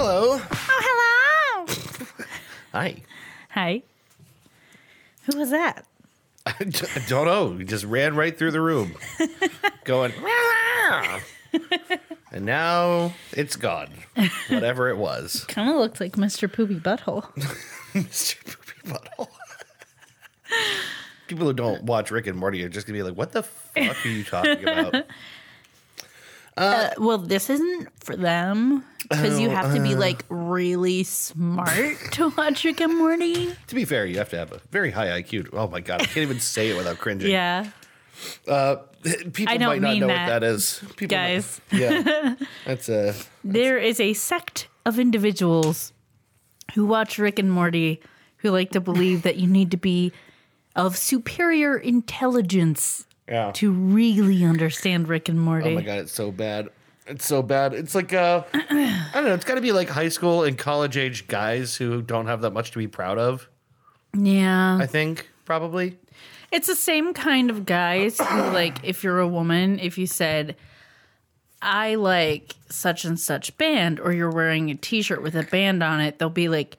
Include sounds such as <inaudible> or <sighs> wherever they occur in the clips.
Oh, Hi. Who was that? <laughs> I d- I don't know. He just ran right through the <laughs> room, going. "Meow." and now it's gone. Whatever it <laughs> was, Kind of looked like Mr. Poopy Butthole. Mr. Poopy Butthole. People who don't watch Rick and Morty are just gonna be like, "What the fuck are you talking <laughs> about?" <laughs> Uh, well, this isn't for them because you have to Oh, be like really smart <laughs> to watch Rick and Morty. to be fair, you have to have a very high IQ. Oh my god, I can't even say it without cringing. Yeah. <laughs> People I don't might not mean know that, what that is, People might- guys. <laughs> yeah, that's a. There is a sect of individuals who watch Rick and Morty who like to believe that you need to be of superior intelligence Yeah. to really understand Rick and Morty. Oh my god, it's so bad. It's so bad. It's like uh <clears throat> I don't know, it's gotta be like high school and college age guys who don't have that much to be proud of, Yeah. I think, probably. It's the same kind of guys who, like, if you're a woman, if you said, I like such and such band, or you're wearing a t shirt with a band on it, they'll be like,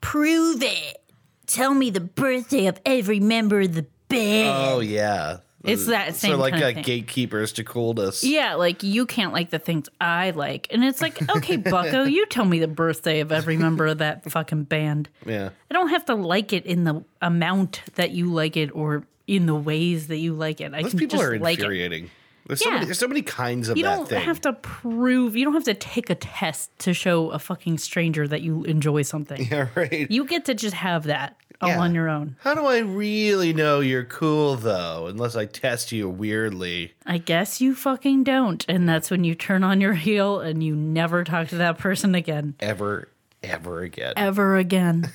prove it. Tell me the birthday of every member of the band. Oh yeah. it's that same So like kind of uh, thing. gatekeepers to coolness. yeah, like you can't like the things I like. And it's like, <laughs> okay, Bucko, you tell me the birthday of every member of that fucking band. Yeah. I don't have to like it in the amount that you like it or in the ways that you like it. I Those can people just are like it. infuriating. There's so Yeah. many there's so many kinds of You that don't thing. have to prove, you don't have to take a test to show a fucking stranger that you enjoy something. <laughs> yeah, right. You get to just have that all Yeah. on your own, How do I really know you're cool though, unless I test you weirdly? I guess you fucking don't. And that's when you turn on your <laughs> heel and you never talk to that person again. Ever, ever again. <laughs> Ever again.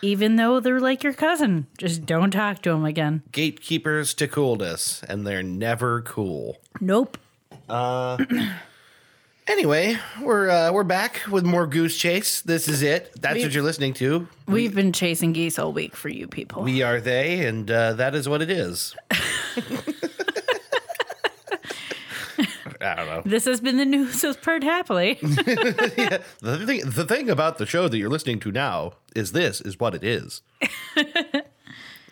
Even though they're like your cousin, just don't talk to them again. Gatekeepers to coolness, and they're never cool. Nope. Anyway, we're uh, we're back with more Goose Chase. This is it. That's what you're listening to. We've been chasing geese all week for you people. We are they, and uh, that is what it <laughs> is. I don't know. This has been the news with <laughs> Pert Happily. The thing, the thing about the show that you're listening to now is this is what it is.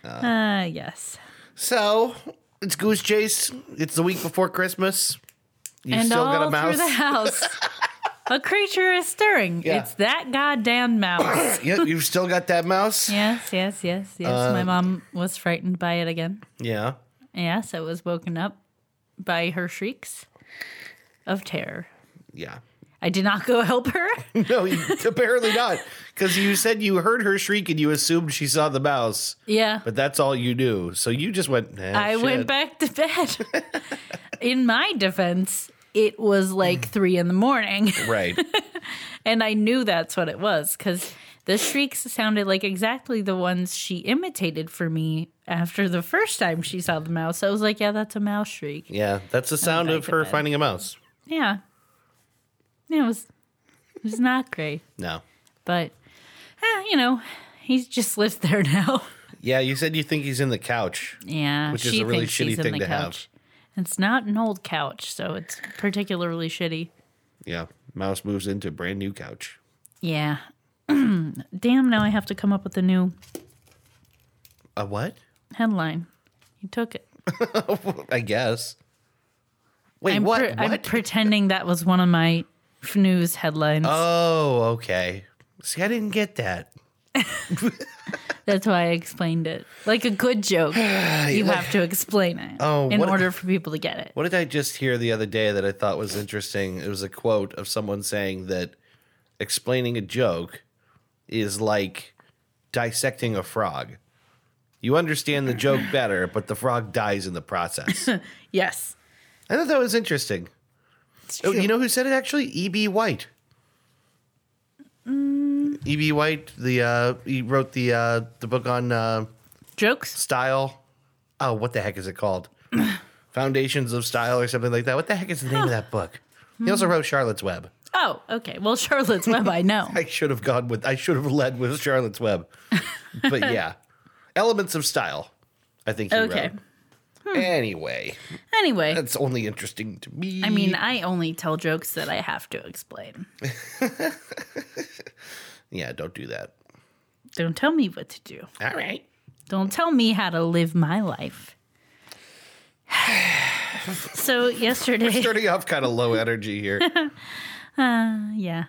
uh, yes. So it's Goose Chase. It's the week before Christmas. You and still all got a through the mouse. house, a creature is stirring. Yeah. It's that goddamn <coughs> mouse. Yeah, you've still got that mouse. yes, yes, yes, yes. Uh, My mom was frightened by it again. Yeah. Yes, I was woken up by her shrieks of terror. Yeah. I did not go help <laughs> her. No, you, apparently not, because you said you heard her shriek and you assumed she saw the mouse. yeah. But that's all you knew. So you just went. eh, I went shit. back to <laughs> bed. in my defense, it <clears throat> was like three in the morning. <laughs> Right. And I knew that's what it was because the shrieks sounded like exactly the ones she imitated for me after the first time she saw the mouse. I was like, yeah, that's a mouse shriek. Yeah, that's the sound back of to her bed. finding a mouse. Yeah. Yeah, it was, it was not great. No. But, eh, you know, he just lives there now. Yeah, you said you think he's in the couch. Yeah. Which is a really shitty thing to have. couch. It's not an old couch, so it's particularly shitty. Yeah, mouse moves into brand new couch. Yeah. <clears throat> Damn, now I have to come up with a new A what? headline. You took it. I guess. Wait, I'm, what? pre- I'm what? pretending that was one of my f- news headlines. oh, okay. See, I didn't get that. That's why I explained it. Like a <sighs> good joke, you have to explain it Oh, in what- order for people to get it. What did I just hear the other day that I thought was interesting? It was a quote of someone saying that explaining a joke is like dissecting a frog. You understand the joke better, but the frog dies in the process. Yes. I thought that was interesting. Oh, you know who said it actually? E.B. White. E.B. White, the uh, he wrote the uh, the book on uh, Jokes? style. Oh, what the heck is it <clears throat> called? Foundations of Style or something like that. What the heck is the name of that book? He also wrote Charlotte's Web. Oh, okay. Well, Charlotte's Web, <laughs> I know. I should have gone with. I should have led with Charlotte's Web. but <laughs> yeah, Elements of Style. I think he Okay. Hmm. wrote. Anyway, Anyway, that's only interesting to me. I mean, I only tell jokes that I have to explain. yeah, don't do that. Don't tell me what to do. All right. Don't tell me how to live my life. <sighs> <sighs> so yesterday, Starting off kind of <laughs> low energy here. yeah.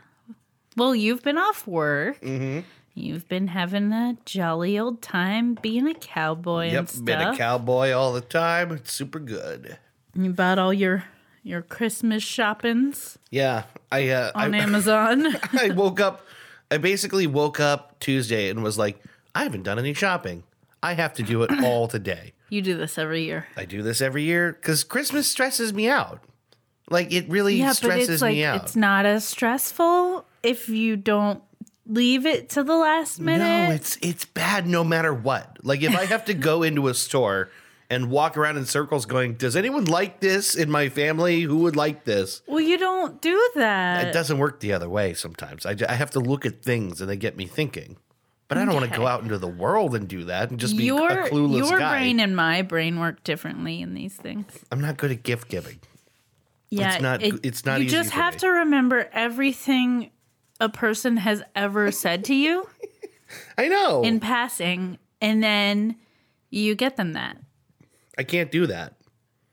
Well, you've been off work. Mm-hmm. You've been having a jolly old time being a cowboy yep, and stuff. been a cowboy all the time. It's super good. You bought all your your Christmas shoppings Yeah, I uh, on I, <laughs> Amazon. I woke up. I basically woke up Tuesday and was like, I haven't done any shopping. I have to do it <clears throat> all today. you do this every year. I do this every year because Christmas stresses me out. Like it really Yeah, but stresses it's like me out. it's not as stressful if you don't leave it to the last minute. No, it's it's bad no matter what. Like if I have to go into a store and walk around in circles going, does anyone like this in my family? Who would like this? well, you don't do It that. doesn't work the other way sometimes. I, ju- I have to look at things and they get me thinking. But I don't want to go out into the world and do that and just be your a clueless your guy. brain and my brain work differently in these things. I'm not good at gift giving. Yeah, not- it's not You easy just for have me. to remember everything a person has ever said to you I know. <laughs> in passing, and then you get them that. I can't do that.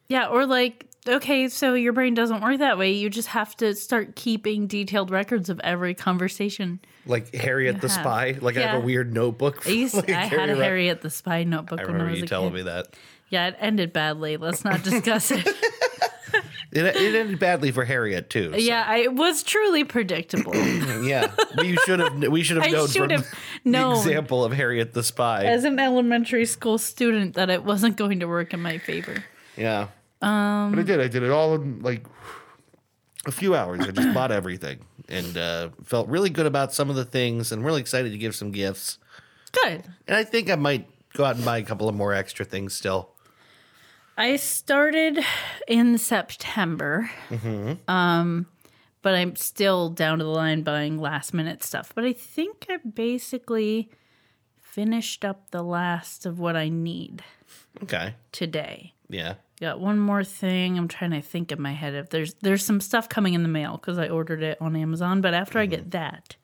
Yeah, or like, okay, so your brain doesn't work that way. You just have to start keeping detailed records of every conversation. Like Harriet the have. Spy. Like I have a Yeah. weird notebook. I, <laughs> <laughs> used, like I had Harriet- a Harriet the Spy notebook I when I remember was you a telling kid. me that. Yeah, it ended badly. Let's not <laughs> discuss it. It, it ended badly for Harriet too. so- yeah, I, it was <coughs> truly predictable. Yeah, we should have we should have <laughs> I known should from have the known example of Harriet the spy. as an elementary school student that it wasn't going to work in my favor. yeah, um, but I did. I did it all in like a few hours. I just bought everything and uh, felt really good about some of the things, and really excited to give some gifts. Good. And I think I might go out and buy a couple of more extra things still. I started in September. Um, but I'm still down to the line buying last minute stuff. But I think I basically finished up the last of what I need Okay, today. yeah, Got one more thing. I'm trying to think in my head if there's there's some stuff coming in the mail because I ordered it on Amazon. But after I get that,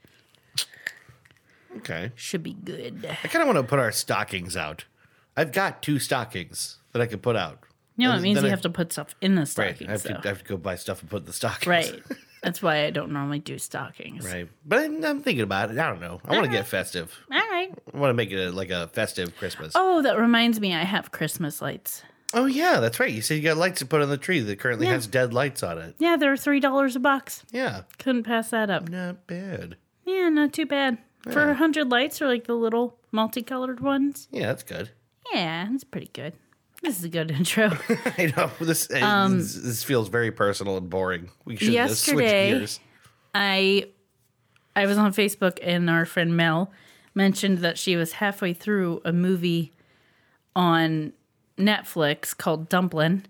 okay. should be good. I kind of want to put our stockings out. I've got two stockings that I could put out. You know, it And means then you I- have to put stuff in the Right, stockings. I have, to, though. I have to go buy stuff and put in the stockings. Right. That's why I don't normally do stockings. Right. But I'm, I'm thinking about it. I don't know. I want to Uh-huh. get festive. All right. I want to make it a, like a festive Christmas. Oh. Oh, that reminds me, I have Christmas lights. yeah, that's right. You said you got lights to put on the tree that currently has dead lights on it. Yeah, they're three dollars a box. Yeah, Couldn't pass that up. not bad. Yeah, not too bad. For a hundred lights or like the little multicolored ones. Yeah, that's good. <laughs> Yeah, that's pretty good. This is a good <laughs> intro. I know this. hey, Um, this, this feels very personal and boring. We should just switch yesterday- gears. I I was on Facebook and our friend Mel mentioned that she was halfway through a movie on Netflix called Dumplin'.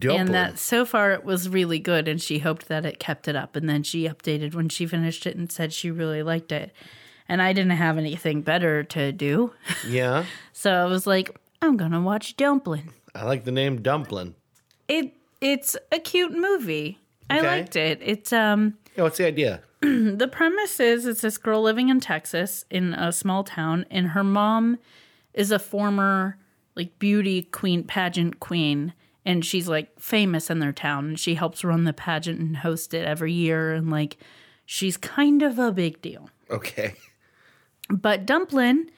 Dumpling. and that so far it was really good and she hoped that it kept it up and then she updated when she finished it and said she really liked it and i didn't have anything better to do <laughs> yeah, so i was like i'm gonna watch dumpling I like the name Dumpling. it it's a cute movie i Okay. liked it it's um Yeah, what's the idea? the premise is it's this girl living in texas in a small town and her mom is a former like beauty queen pageant queen and she's like famous in their town and she helps run the pageant and host it every year and like she's kind of a big deal Okay. <laughs> but dumpling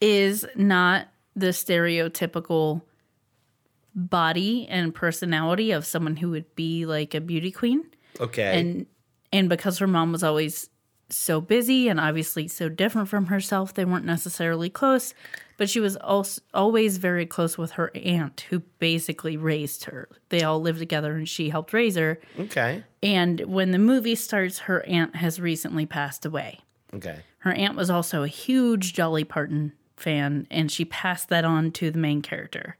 is not the stereotypical body and personality of someone who would be like a beauty queen Okay. and and because her mom was always so busy and obviously so different from herself they weren't necessarily close but she was also always very close with her aunt who basically raised her they all lived together and she helped raise her okay. and when the movie starts her aunt has recently passed away Okay. her aunt was also a huge Dolly Parton fan, and she passed that on to the main character.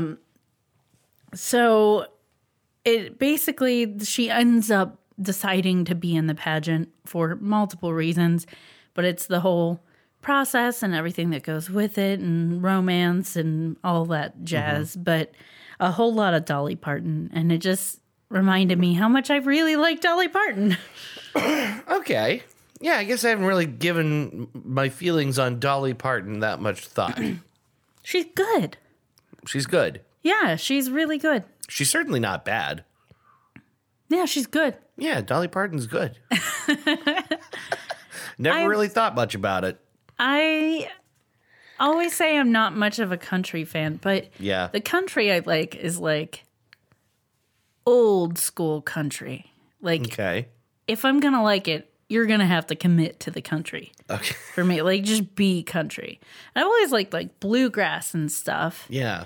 Um, so it basically she ends up deciding to be in the pageant for multiple reasons, but it's the whole process and everything that goes with it, and romance and all that jazz. But a whole lot of Dolly Parton, and it just reminded me how much I really like Dolly Parton. Okay. Yeah, I guess I haven't really given my feelings on Dolly Parton that much thought. <laughs> <clears throat> She's good. she's good. Yeah, she's really good. She's certainly not bad. Yeah, she's good. Yeah, Dolly Parton's <laughs> good. Never really thought much about it. I always say I'm not much of a country fan, but Yeah. the country I like is like old school country. Like Okay. if I'm gonna like it, you're gonna have to commit to the country Okay. for me. Like just be country. I always liked like bluegrass and stuff, Yeah.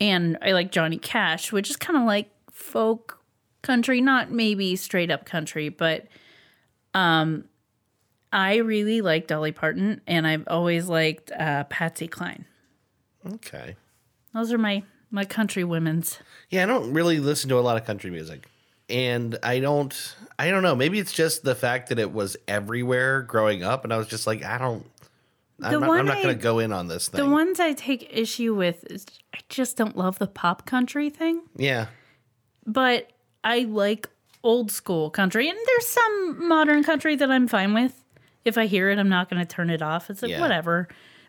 and I like Johnny Cash, which is kind of like folk country, not maybe straight up country, but um, I really like Dolly Parton, and I've always liked uh, Patsy Cline. Okay. Those are my my country women's. Yeah, I don't really listen to a lot of country music. And I don't I don't know, maybe it's just the fact that it was everywhere growing up and I was just like I don't The I'm not, one I'm not I- going to go in on this thing. The ones I take issue with is I just don't love the pop country thing. yeah. but I like old school country, and there's some modern country that I'm fine with. If I hear it, I'm not going to turn it off. It's like Yeah. whatever.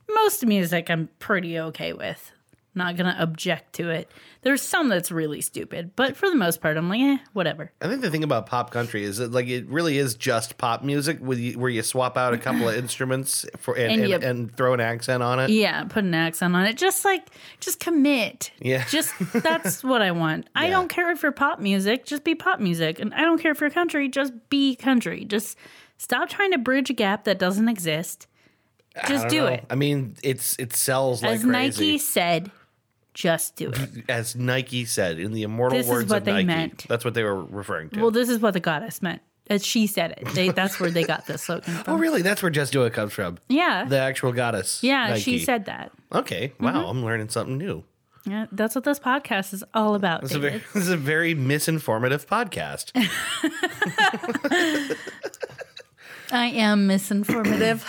Most music I'm pretty okay with. Not going to object to it. There's some that's really stupid, but for the most part, I'm like, eh, whatever. I think the thing about pop country is that like it really is just pop music with you, where you swap out a couple of instruments for and, And and, and, you- throw an accent on it. Yeah, put an accent on it. Just like, just commit. Yeah. Just <laughs> that's what I want. I Yeah. don't care if you're pop music, just be pop music. And I don't care if you're country, just be country. Just stop trying to bridge a gap that doesn't exist. Just I don't do know. it. I mean, it's it sells like As crazy. Nike said, just do <laughs> it. as Nike said in the immortal This is words what of they Nike. meant. That's what they were referring to. well, this is what the goddess meant. As she said it. They, that's where they got the slogan oh, <laughs> from. really? That's where Just Do It comes from. Yeah. The actual goddess. yeah, she Nike. said Mm-hmm. that. Okay, wow, I'm learning something new. Yeah, that's what this podcast is all about. It's a very, David. this is a very misinformative <laughs> podcast. I am misinformative.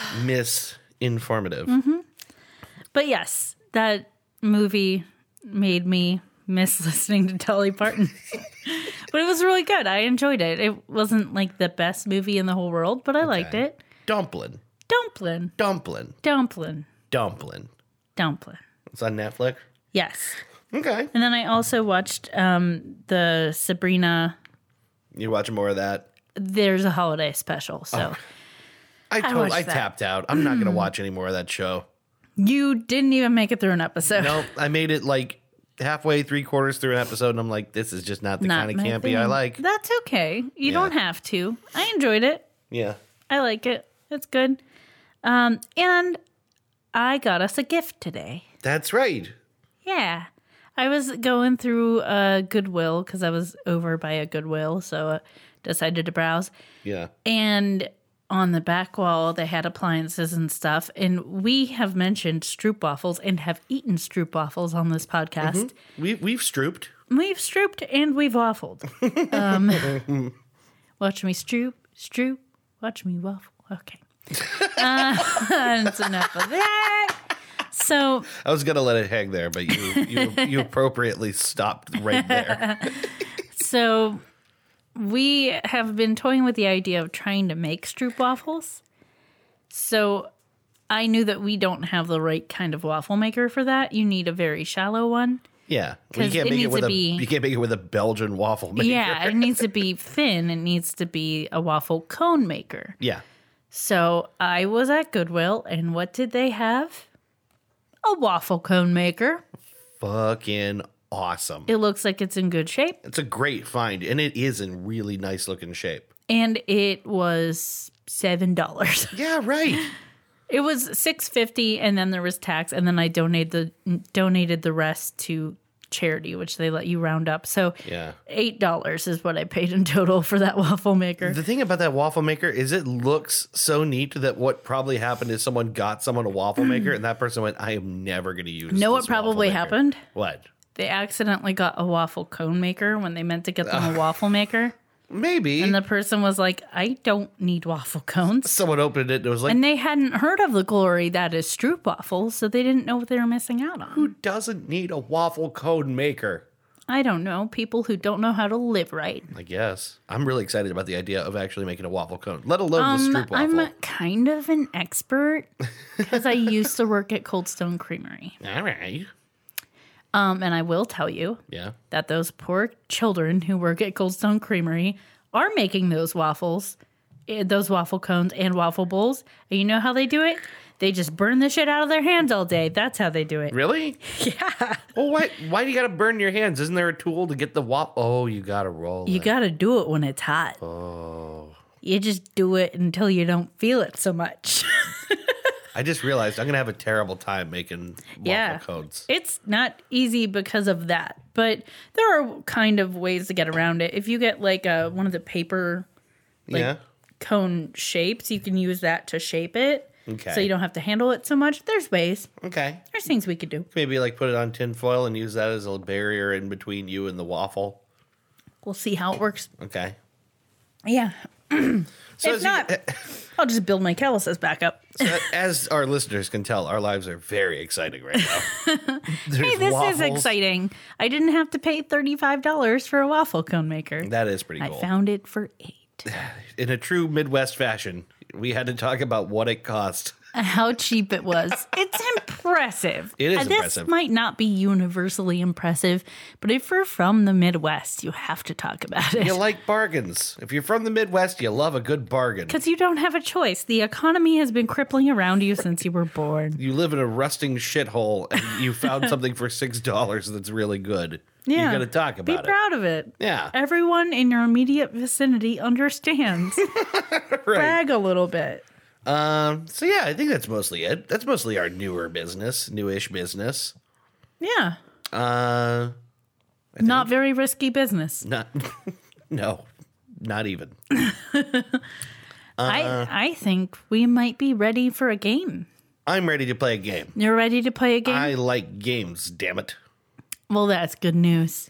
<clears throat> Misinformative. Mm-hmm. But yes, that movie made me miss <laughs> listening to Dolly Parton. but it was really good. I enjoyed it. It wasn't like the best movie in the whole world, but I liked Okay. it. Dumpling, Dumpling, dumpling, dumpling, dumpling. dumpling. It's on Netflix. Yes. Okay, And then I also watched um, the Sabrina. you watching more of that? There's a holiday special, so Oh. I told, watched I that. Mm. tapped out. I'm not gonna watch any more of that show. you didn't even make it through an episode. No, I made it like halfway, three quarters through an episode, and I'm like, this is just not the <laughs> Not kind of my campy thing. I like. That's okay. You don't have to. I enjoyed it. Yeah. I like it. It's good. Um, and I got us a gift today. That's right. Yeah. I was going through uh, Goodwill because I was over by a Goodwill, so I decided to browse. Yeah. And on the back wall, they had appliances and stuff. And we have mentioned stroopwafels and have eaten stroopwafels on this podcast. We we've strooped. We've strooped and we've waffled. Um, watch me stroop, stroop, watch me waffle. Okay. Uh, <laughs> that's enough of that. So I was gonna let it hang there, but you <laughs> you, you appropriately stopped right there. So we have been toying with the idea of trying to make stroopwafels. So I knew that we don't have the right kind of waffle maker for that. You need a very shallow one. Yeah, 'Cause it needs with to a be- you can't make it with a Belgian waffle maker. Yeah, it needs to be thin. It needs to be a waffle cone maker. yeah. So I was at Goodwill, and what did they have? A waffle cone maker. Fucking awesome. It looks like it's in good shape. It's a great find, and it is in really nice looking shape. And it was $7. Yeah, right. <laughs> It was six fifty, and then there was tax, and then I donated the donated the rest to charity, which they let you round up. So Yeah. eight dollars is what I paid in total for that <laughs> waffle maker. The thing about that waffle maker is it looks so neat that what probably happened is someone got someone a waffle maker and that person went, I am never going to use Hmm. know this what probably waffle maker." happened? What? They accidentally got a waffle cone maker when they meant to get Ah. them a waffle maker, Maybe. and the person was like, "I don't need waffle cones." someone opened it and was like, And they hadn't heard of the glory that is stroop waffles, so they didn't know what they were missing out on. who doesn't need a waffle cone maker? I don't know. People who don't know how to live right. I guess. I'm really excited about the idea of actually making a waffle cone, let alone the Um, stroop waffle. I'm kind of an <laughs> expert because I used to work at Cold Stone Creamery. All right. Um, and I will tell you Yeah. that those poor children who work at Cold Stone Creamery are making those waffles, eh, those waffle cones and waffle bowls. And you know how they do it? They just burn the shit out of their hands all day. That's how they do it. <laughs> Really? Yeah. Well, why? Why do you got to burn your hands? Isn't there a tool to get the waffle? Oh, you got to roll. You it. got to do it when it's hot. Oh. You just do it until you don't feel it so much. <laughs> I just realized I'm gonna have a terrible time making waffle Yeah. cones. it's not easy because of that, but there are kind of ways to get around it. If you get like a, one of the paper yeah. cone shapes, you can use that to shape it. Okay. So you don't have to handle it so much. There's ways. Okay. There's things we could do. Maybe like put it on tin foil and use that as a barrier in between you and the waffle. We'll see how it works. Okay. Yeah. So e- if as you- not, <laughs> I'll just build my calluses back up. So <laughs> as our listeners can tell, our lives are very exciting right now. <laughs> Hey, this is exciting. I didn't have to pay $35 for a waffle cone maker. That is pretty I cool. found it for eight. In a true Midwest fashion, we had to talk about what it cost. How cheap it was. It's impressive. It is Uh, this impressive. might not be universally impressive, but if you're from the Midwest, you have to talk about it. You like bargains. If you're from the Midwest, you love a good bargain. Because you don't have a choice. The economy has been crippling around you since you were born. You live in a rusting shithole and you <laughs> found something for six dollars that's really good. Yeah. You're gonna talk <laughs> Be about it. proud of it. Yeah. Everyone in your immediate vicinity <laughs> understands. Brag a little bit. Um so yeah, I think that's mostly it. That's mostly our newer business, newish business. Yeah. Uh Not very risky business. not <laughs> no. Not even. Uh-uh. I, I think we might be ready for a game. I'm ready to play a game. You're ready to play a game? I like games, damn it. well, that's good news.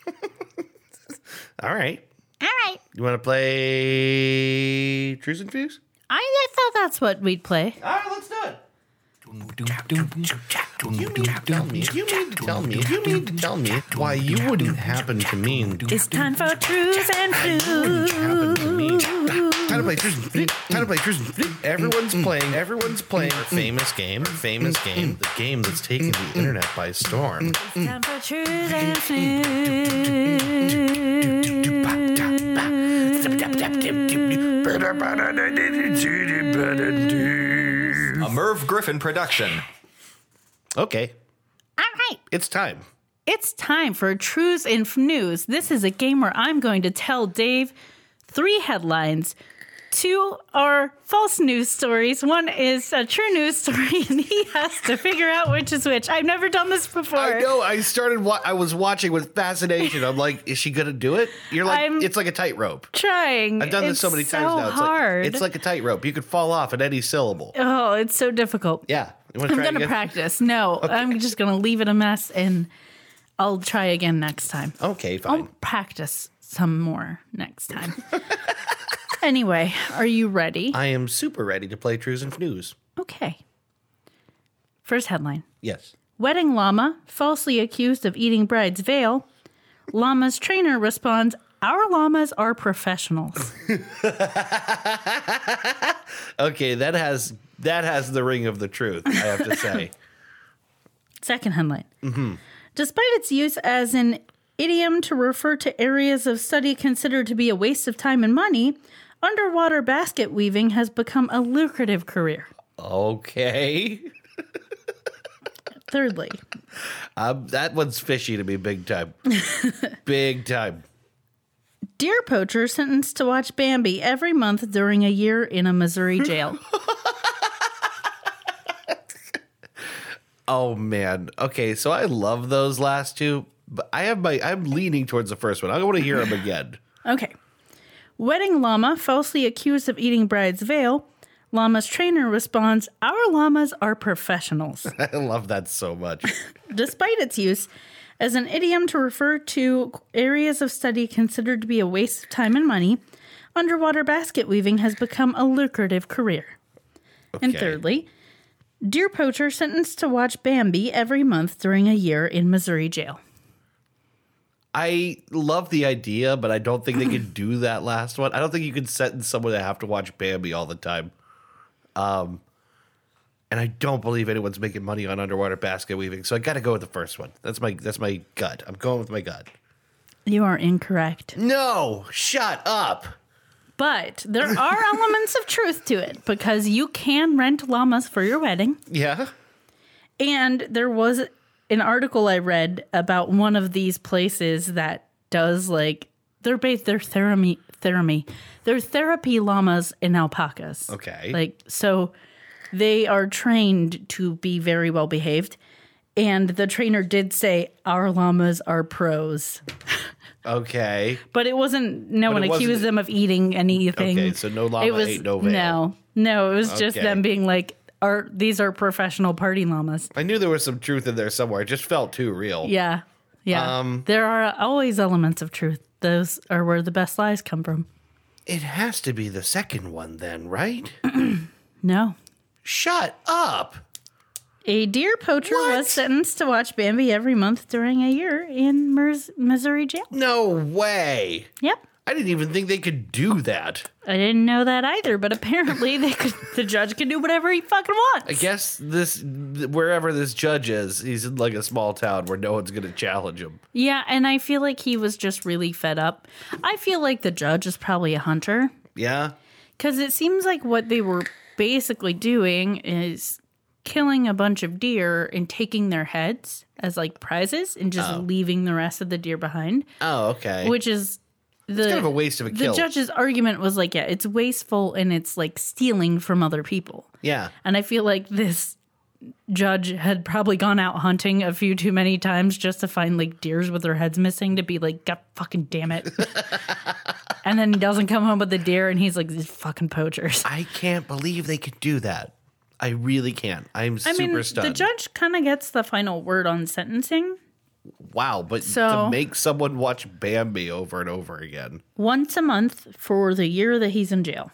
All right. <laughs> All right. You want to play Truths and Views? I, I thought that's what we'd play. All right, let's do it. You mean to Tell me, you mean to tell me, you mean to tell me why you wouldn't happen to mean It's time for truths and flues. happen to <laughs> me. How to play Truths and Views? How to play Truths and Views? Everyone's playing, everyone's playing our famous game, our famous game, the game that's taking the internet by storm. Time for truths and flues. A Merv Griffin production. Okay, All right. it's time. It's time for Truths and News. This is a game where I'm going to tell Dave three headlines. Two are false news stories. One is a true news <laughs> story, and he has to figure out which is which. I've never done this before. I know. I started. Wa- I was watching with fascination. I'm like, is she gonna do it? You're like, I'm- it's like a tightrope. Trying. I've done this It's so many times now. It's hard. like it's like a tightrope. You could fall off at any syllable. oh, it's so difficult. Yeah. You want I'm gonna practice. No, I'm just gonna leave it a mess, and I'll try again next time. Okay, I'll fine. practice some more next time. <laughs> anyway, are you ready? I am super ready to play Trues and News. Okay. First headline Yes. Wedding llama falsely accused of eating bride's veil. Llama's trainer responds, Our llamas are professionals. Okay, that has that has the ring of the truth. I have to say. Second headline. Despite its use as an idiom to refer to areas of study considered to be a waste of time and money, underwater basket weaving has become a lucrative career. okay, Thirdly, um, that one's fishy to me, big time. big time. deer poacher sentenced to watch Bambi every month during a year in a Missouri jail. Oh man. Okay, so I love those last two, but I have my I'm leaning towards the first one. I want to hear them again. <laughs> Okay. Wedding llama falsely accused of eating bride's veil. Llama's trainer responds, Our llamas are professionals. I love that so much. Despite its use as an idiom to refer to areas of study considered to be a waste of time and money, underwater basket weaving has become a lucrative career. And Okay. thirdly, deer poacher sentenced to watch Bambi every month during a year in Missouri jail. I love the idea, but I don't think they could do that last one. I don't think you could sentence someone to have to watch Bambi all the time. Um, and I don't believe anyone's making money on underwater basket weaving, so I got to go with the first one. That's my that's my gut. I'm going with my gut. You are incorrect. No, shut up. But there are elements of truth to it because you can rent llamas for your wedding. Yeah. And there was an article I read about one of these places that does like they're based their therapy therapy their therapy llamas and alpacas. Okay. Like so they are trained to be very well behaved. And the trainer did say our llamas are pros. Okay. But it wasn't no one it wasn't- accused them of eating anything. Okay, so no llama it was ate no veil. no. No, it was just Okay. them being like are these are professional party llamas. I knew there was some truth in there somewhere. It just felt too real. Yeah. Yeah. Um, there are always elements of truth. Those are where the best lies come from. It has to be the second one then, right? No. shut up. A deer poacher What? was sentenced to watch Bambi every month during a year in Mers- Missouri jail. No way. Yep. I didn't even think they could do that. I didn't know that either, but apparently they could <laughs> the judge can do whatever he fucking wants. I guess this th- wherever this judge is, he's in like a small town where no one's going to challenge him. Yeah, and I feel like he was just really fed up. I feel like the judge is probably a hunter Yeah. because it seems like what they were basically doing is killing a bunch of deer and taking their heads as like prizes and just leaving the rest of the deer behind, Oh, okay. which is the kind of a waste of a the kill. judge's argument was like, yeah, it's wasteful and it's like stealing from other people. yeah. And I feel like this judge had probably gone out hunting a few too many times just to find like deers with their heads missing to be like, God fucking <laughs> damn it. and then he doesn't come home with the deer and he's like, these fucking poachers. I can't believe they could do that. I really can't. I'm I super mean, the stunned. judge kind of gets the final word on sentencing. wow, but to So- make someone watch Bambi over and over again. Once a month for the year that he's in jail.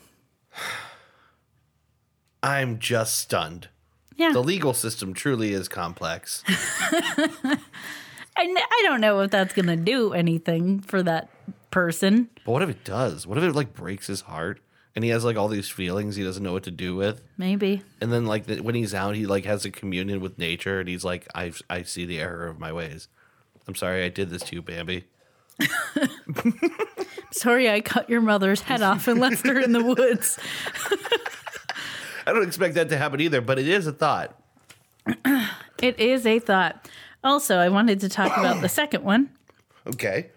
I'm just stunned. Yeah. The legal system truly is complex. And I don't know if that's going to do anything for that person. but what if it does? What if it like breaks his heart and he has like all these feelings he doesn't know what to do with? Maybe. And then like the, when he's out, he like has a communion with nature, and he's like, "I I see the error of my ways. I'm sorry I did this to you, Bambi." Sorry, I cut your mother's head off and left her in <laughs> the woods. I don't expect that to happen either, but it is a thought. It is a thought. Also, I wanted to talk about the second one. Okay,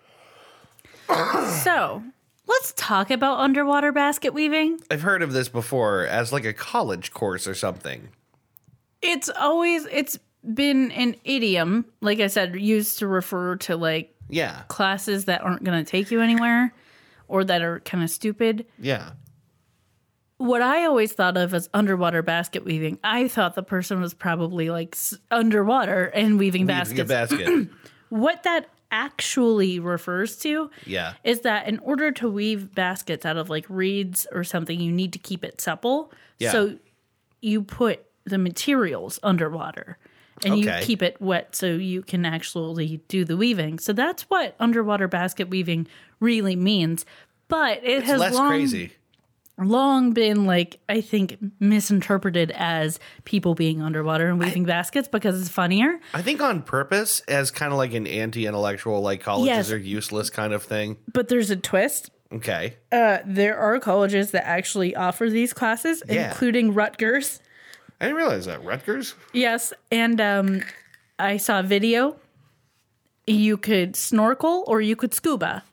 So, let's talk about underwater basket weaving. I've heard of this before as like a college course or something. It's always it's been an idiom, like I said, used to refer to like Yeah, classes that aren't going to take you anywhere or that are kind of stupid. yeah. What I always thought of as underwater basket weaving, I thought the person was probably like s- underwater and weaving Using a baskets. <clears throat> basket. what that actually refers to yeah. is that in order to weave baskets out of like reeds or something, you need to keep it supple. Yeah. So you put the materials underwater and Okay. you keep it wet so you can actually do the weaving. So that's what underwater basket weaving really means. But it It's has less long, crazy. long been like I think misinterpreted as people being underwater and weaving baskets because it's funnier. I think on purpose as kind of like an anti-intellectual, like colleges Yes. are useless kind of thing. But there's a twist. Okay. There are colleges that actually offer these classes, Yeah. including Rutgers. I didn't realize that Rutgers. Yes, and um, I saw a video. You could snorkel or you could scuba.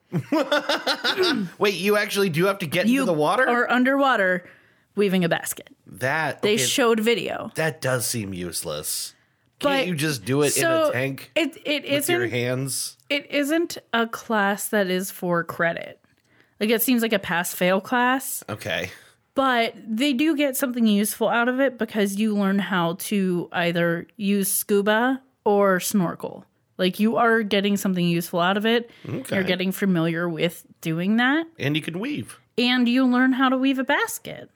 Wait, you actually do have to get You into the water. or underwater weaving a basket. that They okay, showed video, that does seem useless. but Can't you just do it in so a tank It it with your isn't hands? it isn't a class that is for credit. Like it seems like a pass fail class. Okay. but they do get something useful out of it because you learn how to either use scuba or snorkel. Like you are getting something useful out of it. Okay. You're getting familiar with doing that And you can weave. and you learn how to weave a basket.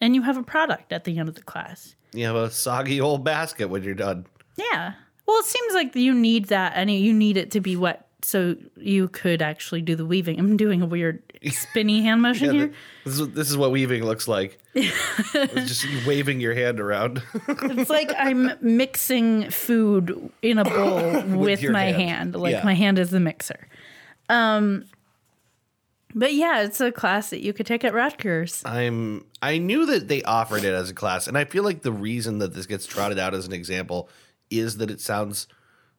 And you have a product at the end of the class. You have a soggy old basket when you're done. Yeah. Well, it seems like you need that any you need it to be wet so you could actually do the weaving. I'm doing a weird <laughs> spinny hand motion Yeah, here. th- this, is, this is what weaving looks <laughs> like. It's just you waving your hand around. It's like I'm mixing food in <laughs> a bowl with, your my hand. hand. Like Yeah. my hand is the mixer. Um, but yeah, it's a class that you could take at Rutgers. I'm I knew that they offered it as a class, and I feel like the reason that this gets trotted out as an example is that it sounds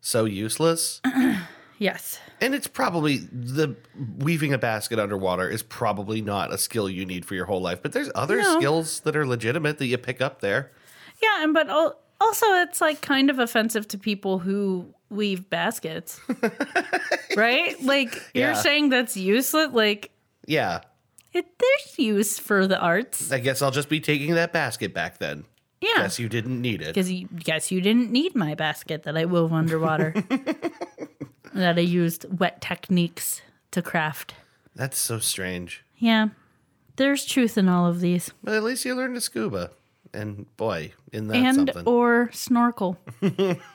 so useless. yes. And it's probably the weaving a basket underwater is probably not a skill you need for your whole life, but there's other No. skills that are legitimate that you pick up there. Yeah, and but al- also it's like kind of offensive to people who weave baskets. right? Like Yeah. you're saying that's useless like Yeah. it, there's use for the arts. I guess I'll just be taking that basket back then. Yeah. Guess you didn't need it. Because you guess you didn't need my basket that I wove underwater. that I used wet techniques to craft. That's so strange. Yeah. There's truth in all of these. But at least you learned to scuba. And boy, in that and something. or snorkel. it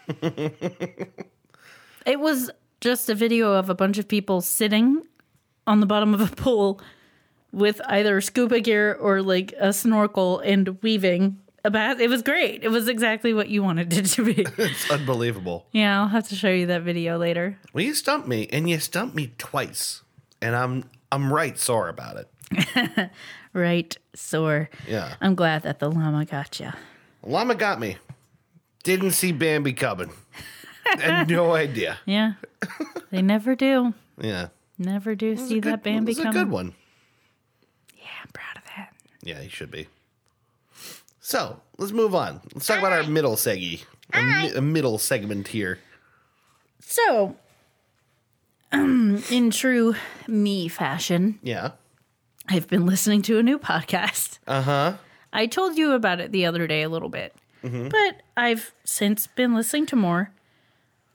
was just a video of a bunch of people sitting on the bottom of a pool with either scuba gear or like a snorkel and weaving a bath. It was great. It was exactly what you wanted it <laughs> to be. it's unbelievable. yeah, I'll have to show you that video later. Well, you stumped me, and you stumped me twice, and I'm I'm right sore about it. Right, sore. Yeah, I'm glad that the llama got you. llama got me. Didn't see Bambi coming. <laughs> Had no idea. <laughs> Yeah, they never do. Yeah, Never do see Good- that Bambi it was coming. a good one. Yeah, I'm proud of that. Yeah, he should be. So let's move on. Let's talk about our middle seggy, a, mi- a middle segment here. So, <clears throat> um, in true me fashion, Yeah. I've been listening to a new podcast. Uh huh. I told you about it the other day a little bit, but I've since been listening to more.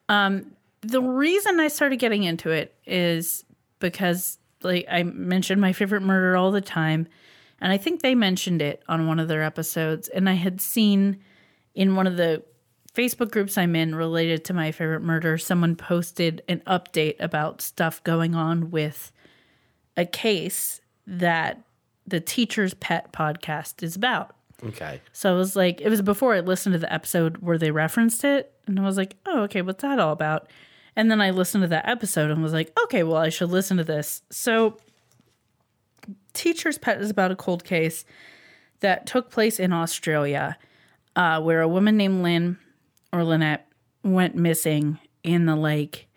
Um, the reason I started getting into it is because, like, I mentioned my favorite murder all the time, and I think they mentioned it on one of their episodes, and I had seen in one of the Facebook groups I'm in related to my favorite murder, someone posted an update about stuff going on with a case that the teacher's pet podcast is about. Okay. So I was like, it was before I listened to the episode where they referenced it. And I was like, oh, okay, what's that all about? And then I listened to that episode and was like, okay, well, I should listen to this. So, Teacher's Pet is about a cold case that took place in Australia uh, where a woman named Lynn or Lynette went missing in the like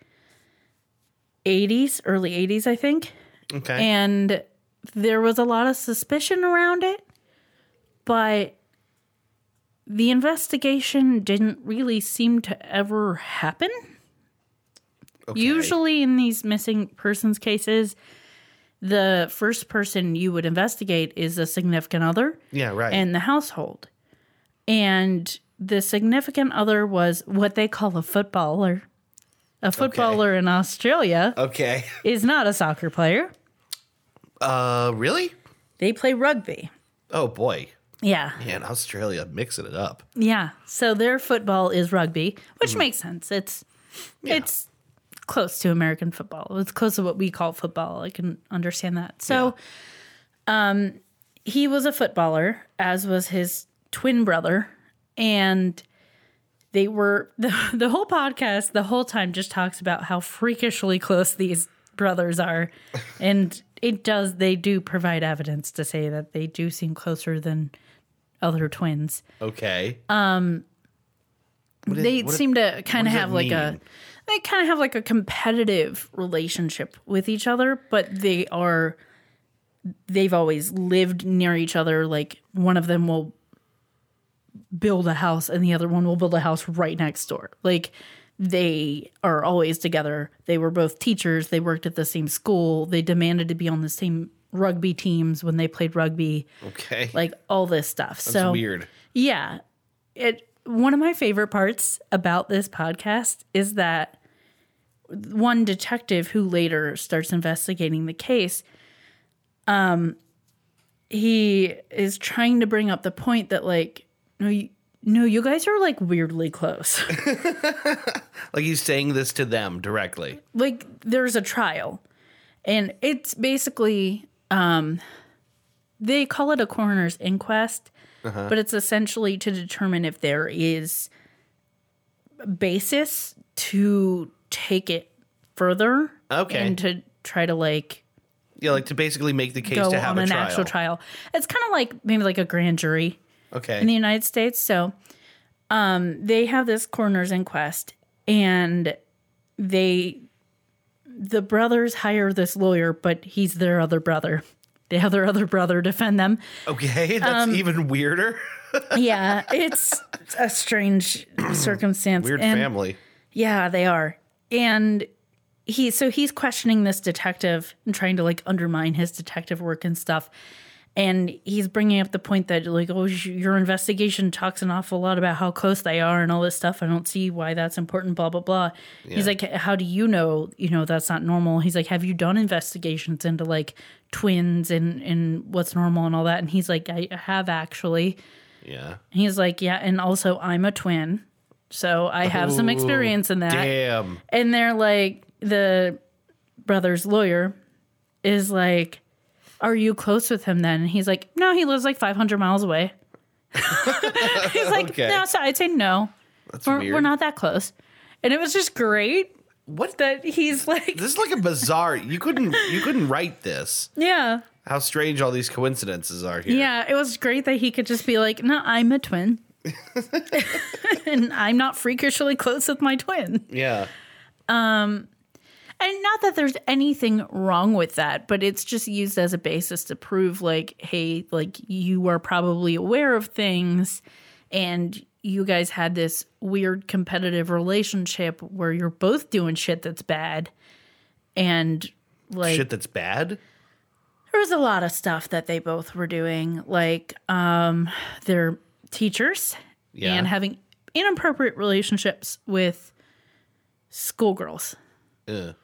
80s, early 80s, I think Okay. and there was a lot of suspicion around it, but the investigation didn't really seem to ever happen. Okay. Usually, in these missing persons cases, the first person you would investigate is a significant other Yeah. Right. and the household. And the significant other was what they call a footballer. A footballer in Australia okay. <laughs> is not a soccer player, Uh, really? they play rugby. Oh boy. Yeah. Man, Australia mixing it up. Yeah. So their football is rugby, which makes sense. It's it's close to American football. It's close to what we call football. I can understand that. So um he was a footballer, as was his twin brother, and they were <laughs> the the whole podcast the whole time just talks about how freakishly close these brothers are. and it does they do provide evidence to say that they do seem closer than other twins Okay. Um, they what- seem to kind of does that have like a mean? they kind of have like a competitive relationship with each other but they are they've always lived near each other like one of them will build a house and the other one will build a house right next door like they are always together they were both teachers they worked at the same school they demanded to be on the same rugby teams when they played rugby okay. <laughs> like all this stuff That's so weird. yeah. It one of my favorite parts about this podcast is that one detective who later starts investigating the case um he is trying to bring up the point that like no you, No, you guys are like weirdly close. Like he's saying this to them directly. like there's a trial and it's basically um they call it a coroner's inquest Uh-huh. but it's essentially to determine if there is basis to take it further Okay. and to try to like Yeah, like to basically make the case go to have on a an trial. actual trial it's kind of like maybe like a grand jury Okay. in the United States. So um, they have this coroner's inquest, and they the brothers hire this lawyer, but he's their other brother. They have their other brother defend them. okay, <laughs> that's Um, even weirder. Yeah, it's <clears throat> a strange circumstance. Weird and- family. Yeah, they are. And he so he's questioning this detective and trying to like undermine his detective work and stuff. And he's bringing up the point that like oh sh- your investigation talks an awful lot about how close they are and all this stuff. I don't see why that's important. Blah blah blah. He's like, how do you know? You know that's not normal. He's like, have you done investigations into like twins and and what's normal and all that? And he's like, I have actually. Yeah. And he's like, yeah, and also I'm a twin, so I have some experience in that Damn. and they're like the brother's lawyer is like are you close with him then and he's like no he lives like 500 miles away <laughs> he's like Okay. no so i'd say no That's we're, weird. we're not that close and it was just great What? that he's <laughs> like This is like a bizarre. You couldn't. You couldn't write this. yeah How strange all these coincidences are here. yeah it was great that he could just be like no i'm a twin <laughs> and i'm not freakishly close with my twin Yeah. And not that there's anything wrong with that, but it's just used as a basis to prove, like, hey, like you are probably aware of things and you guys had this weird competitive relationship where you're both doing shit that's bad. And like, Shit that's bad. there was a lot of stuff that they both were doing, like, um, their teachers Yeah. and having inappropriate relationships with schoolgirls. Ugh.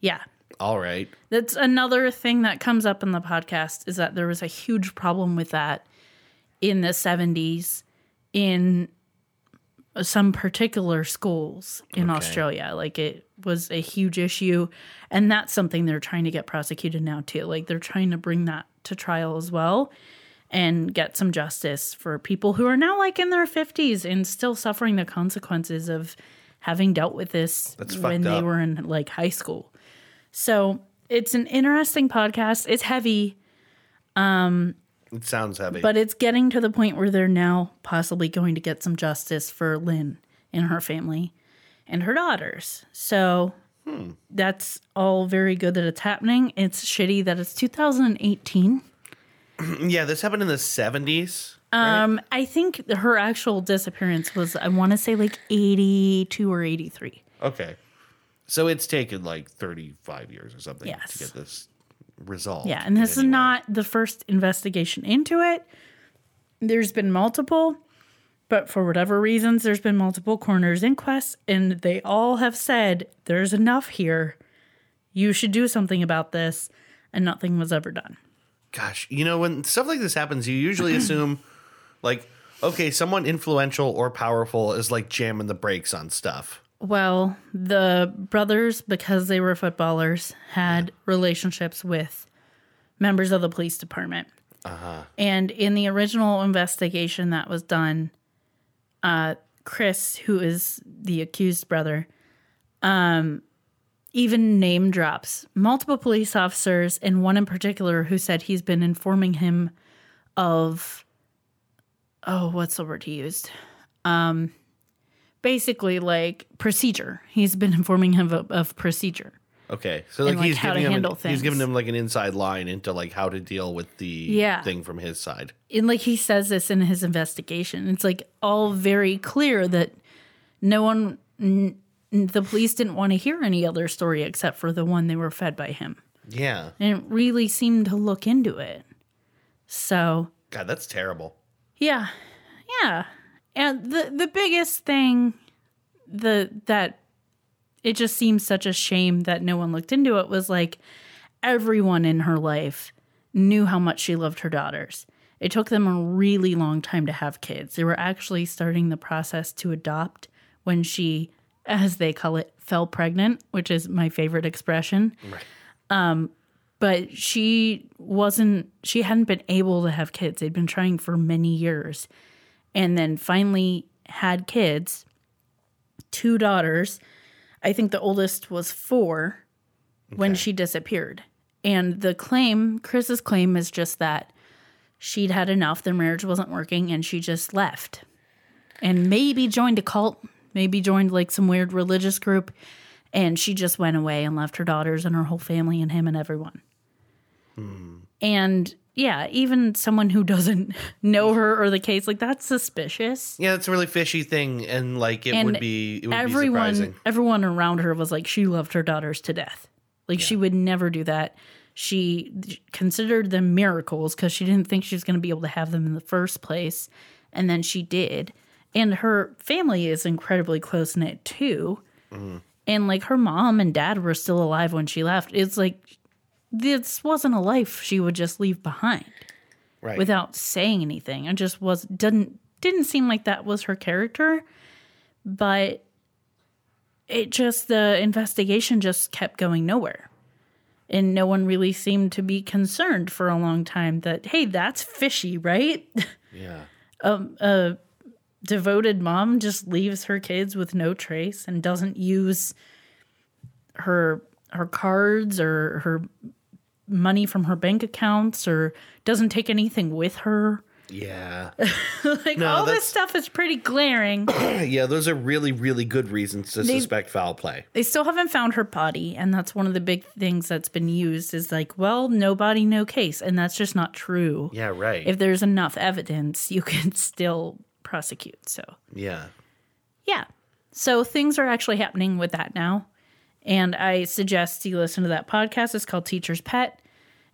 Yeah. all right. That's another thing that comes up in the podcast is that there was a huge problem with that in the 70s in some particular schools in Australia. Like it was a huge issue. And that's something they're trying to get prosecuted now, too. Like they're trying to bring that to trial as well and get some justice for people who are now like in their 50s and still suffering the consequences of having dealt with this That's when fucked they up. were in like high school. So it's an interesting podcast. It's heavy, It sounds heavy. but it's getting to the point where they're now possibly going to get some justice for Lynn and her family and her daughters. So that's all very good that it's happening. It's shitty that it's 2018. yeah, this happened in the seventies. Um, I think her actual disappearance was, I want to say, like 82 or 83. Okay. So it's taken like 35 years or something Yes. to get this resolved. Yeah, and this in is any way. not the first investigation into it. There's been multiple, but for whatever reasons, there's been multiple coroner's inquests, and they all have said there's enough here. You should do something about this, and nothing was ever done. Gosh, you know, when stuff like this happens, you <clears throat> usually assume, like, okay, someone influential or powerful is like jamming the brakes on stuff. Well, the brothers, because they were footballers, had relationships with members of the police department. And in the original investigation that was done, uh, Chris, who is the accused brother, um, even name drops multiple police officers and one in particular who said he's been informing him of, oh, what's the word he used? basically like procedure. He's been <laughs> informing him of, of procedure. Okay. So, like, like, he's, how to giving him handle an, he's giving things. him like an inside line into like how to deal with the Yeah. thing from his side. And like he says this in his investigation. It's like all very clear that no one, n- the police didn't want to hear any other story except for the one they were fed by him. Yeah. They didn't really seem to look into it. So God, that's terrible. Yeah. Yeah. And the the biggest thing the that it just seems such a shame that no one looked into it was like everyone in her life knew how much she loved her daughters It took them a really long time to have kids. They were actually starting the process to adopt when she, as they call it, fell pregnant, which is my favorite expression. Um, but she wasn't, she hadn't been able to have kids. They'd been trying for many years and then finally had kids, two daughters. I think the oldest was four when she disappeared. And the claim, Chris's claim, is just that she'd had enough, their marriage wasn't working, and she just left. And maybe joined a cult, maybe joined like some weird religious group. And she just went away and left her daughters and her whole family and him and everyone. And yeah, even someone who doesn't <laughs> know her or the case, like that's suspicious Yeah, that's a really fishy thing, and like it would be, it would be everyone surprising. everyone around her was like she loved her daughters to death like she would never do that she considered them miracles because she didn't think she was going to be able to have them in the first place and then she did and her family is incredibly close knit too Mm-hmm. and like her mom and dad were still alive when she left it's like this wasn't a life she would just leave behind Right. without saying anything. I just was didn't didn't seem like that was her character, but it just the investigation just kept going nowhere. And no one really seemed to be concerned for a long time that hey, that's fishy, right? <laughs> Um, yeah. Devoted mom just leaves her kids with no trace and doesn't use her her cards or her money from her bank accounts or doesn't take anything with her. Yeah. <laughs> Like all this that's- stuff is pretty glaring. <coughs> yeah, those are really, really good reasons to suspect foul play. <coughs> they still haven't found her body, and that's one of the big things that's been used is like, well, no body, no case, and that's just not true. Yeah, right. If there's enough evidence, you can <laughs> still prosecute. So yeah. yeah. So things are actually happening with that now. And I suggest you listen to that podcast. It's called Teacher's Pet.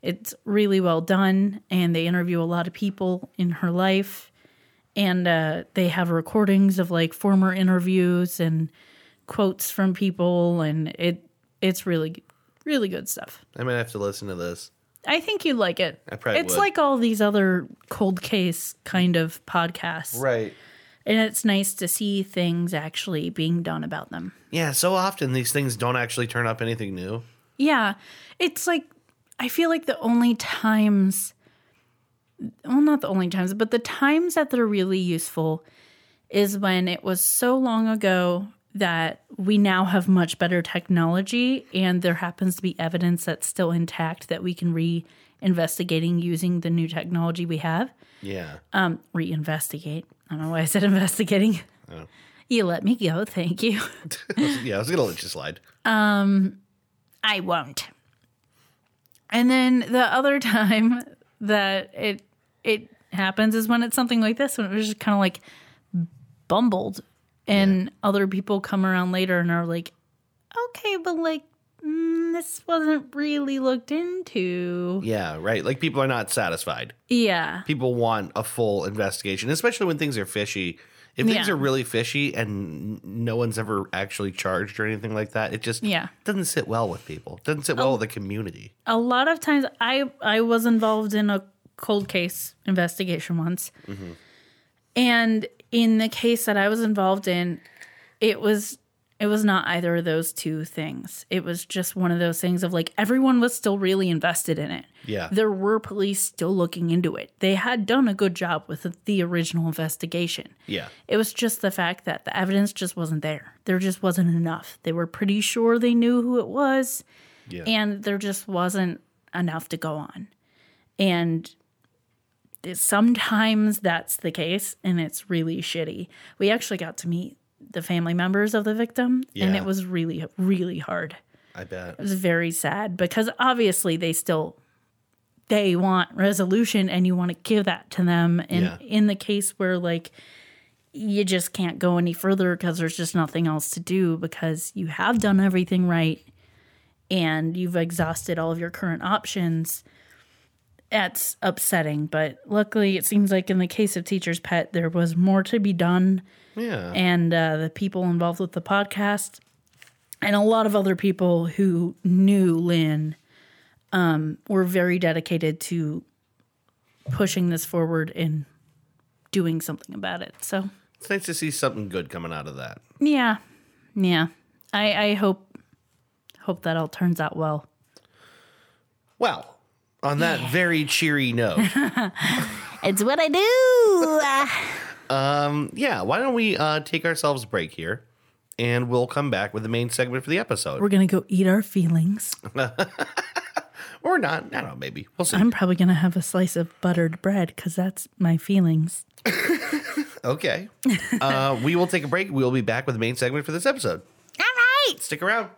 It's really well done. And they interview a lot of people in her life. And uh, they have recordings of like former interviews and quotes from people. And it it's really, really good stuff. I might have to listen to this. I think you'd like it. I probably it's would. like all these other cold case kind of podcasts. Right. And it's nice to see things actually being done about them. Yeah, so often these things don't actually turn up anything new. Yeah. It's like I feel like the only times well not the only times, but the times that they're really useful is when it was so long ago that we now have much better technology and there happens to be evidence that's still intact that we can re investigating using the new technology we have. Yeah. Um reinvestigate. I don't know why I said <laughs> investigating. You let me go, thank you. yeah, I was going to let you slide. I won't. And then the other <laughs> time that it it happens is when it's something like this, when it was just kind of like bumbled, and other people come around later and are like, "Okay, but like mm, this wasn't really looked into." Yeah, right. Like people are not satisfied. Yeah, People want a full investigation, especially when things are fishy. If things Yeah. are really fishy and n- no one's ever actually charged or anything like that, it just Yeah. Oh. doesn't sit well with people. Doesn't sit well with the community. a lot of times i i was involved in a cold case investigation once and in the case that i was involved in it was it was not either of those two things it was just one of those things of like everyone was still really invested in it Yeah. there were police still looking into it they had done a good job with the original investigation Yeah. it was just the fact that the evidence just wasn't there. There just wasn't enough. They were pretty sure they knew who it was, Yeah. and there just wasn't enough to go on. And it- sometimes that's the case, and it's really shitty. We actually got to meet the family members of the victim, and Yeah. it was really, really hard. I bet. It was very sad because obviously they still they want resolution and you want to give that to them and Yeah. in the case where like you just can't go any further because there's just nothing else to do because you have done everything right and you've exhausted all of your current options that's upsetting but luckily it seems like in the case of teacher's pet there was more to be done Yeah. and uh, the people involved with the podcast and a lot of other people who knew Lynn um, were very dedicated to pushing this forward and doing something about it. So It's nice to see something good coming out of that. yeah, yeah. I I hope hope that all turns out well. Well, on that very cheery <laughs> note, It's what I do. yeah, why don't we uh, take ourselves a break here and we'll come back with the main segment for the episode. <laughs> We're gonna go eat our feelings. or not. I don't know, maybe. We'll see. I'm probably gonna have a slice of buttered bread because that's my feelings. <laughs> okay. uh, we will take a break. We'll be back with the main segment for this episode. All right. Stick around.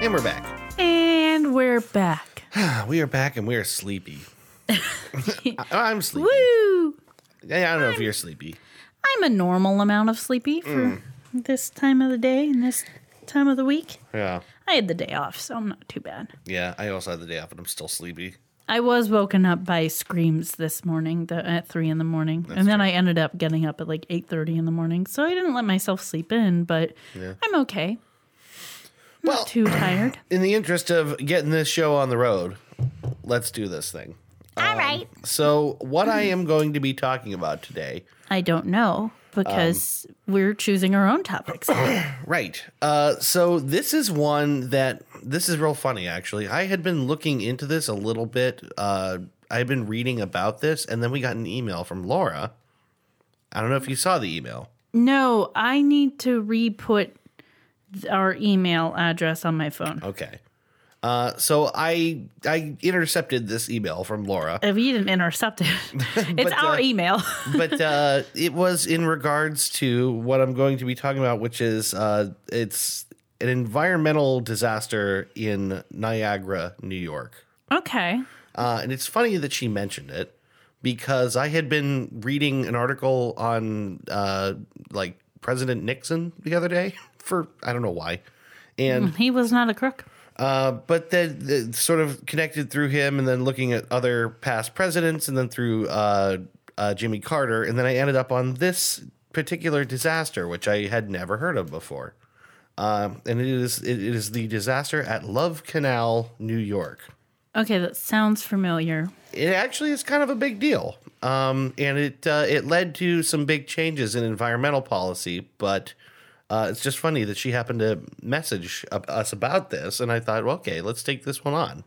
And we're back. And we're back. <sighs> We are back and we are <laughs> sleepy. I- I'm sleepy. Woo! Yeah, I don't know if you're sleepy. I'm a normal amount of sleepy Mm. for this time of the day and this time of the week. Yeah. I had the day off, so I'm not too bad. Yeah, I also had the day off, but I'm still sleepy. I was woken up by screams this morning the, at three in the morning, and then I ended up getting up at like eight thirty in the morning. So I didn't let myself sleep in, but I'm okay. Not Well- too tired. In the interest of getting this show on the road, let's do this thing. Um, All right. So, what I am going to be talking about today I don't know because Um, we're choosing our own topics. Right. Uh, so this is one that this is real funny actually. I had been looking into this a little bit. Uh, I had been reading about this, and then we got an email from Laura. I don't know if you saw the email. no, I need to re put our email address on my phone. Okay. Uh, so I I intercepted this email from Laura, If you didn't <laughs> intercept it, it's But, our uh, email. but uh, it was in regards to what I'm going to be talking about, which is uh, it's an environmental disaster in Niagara, New York. okay. Uh, and it's funny that she mentioned it because I had been reading an article on uh, like President Nixon the other day <laughs> for I don't know why, and Hmm, He was not a crook. uh, but then the, sort of connected through him and then looking at other past presidents and then through uh, uh, Jimmy Carter and then I ended up on this particular disaster which I had never heard of before, um, and it is it is the disaster at Love Canal, New York Okay, that sounds familiar. it actually is kind of a big deal. Um, and it uh, it led to some big changes in environmental policy. But uh, it's just funny that she happened to message ab- us about this, and I thought, well, okay, let's take this one on.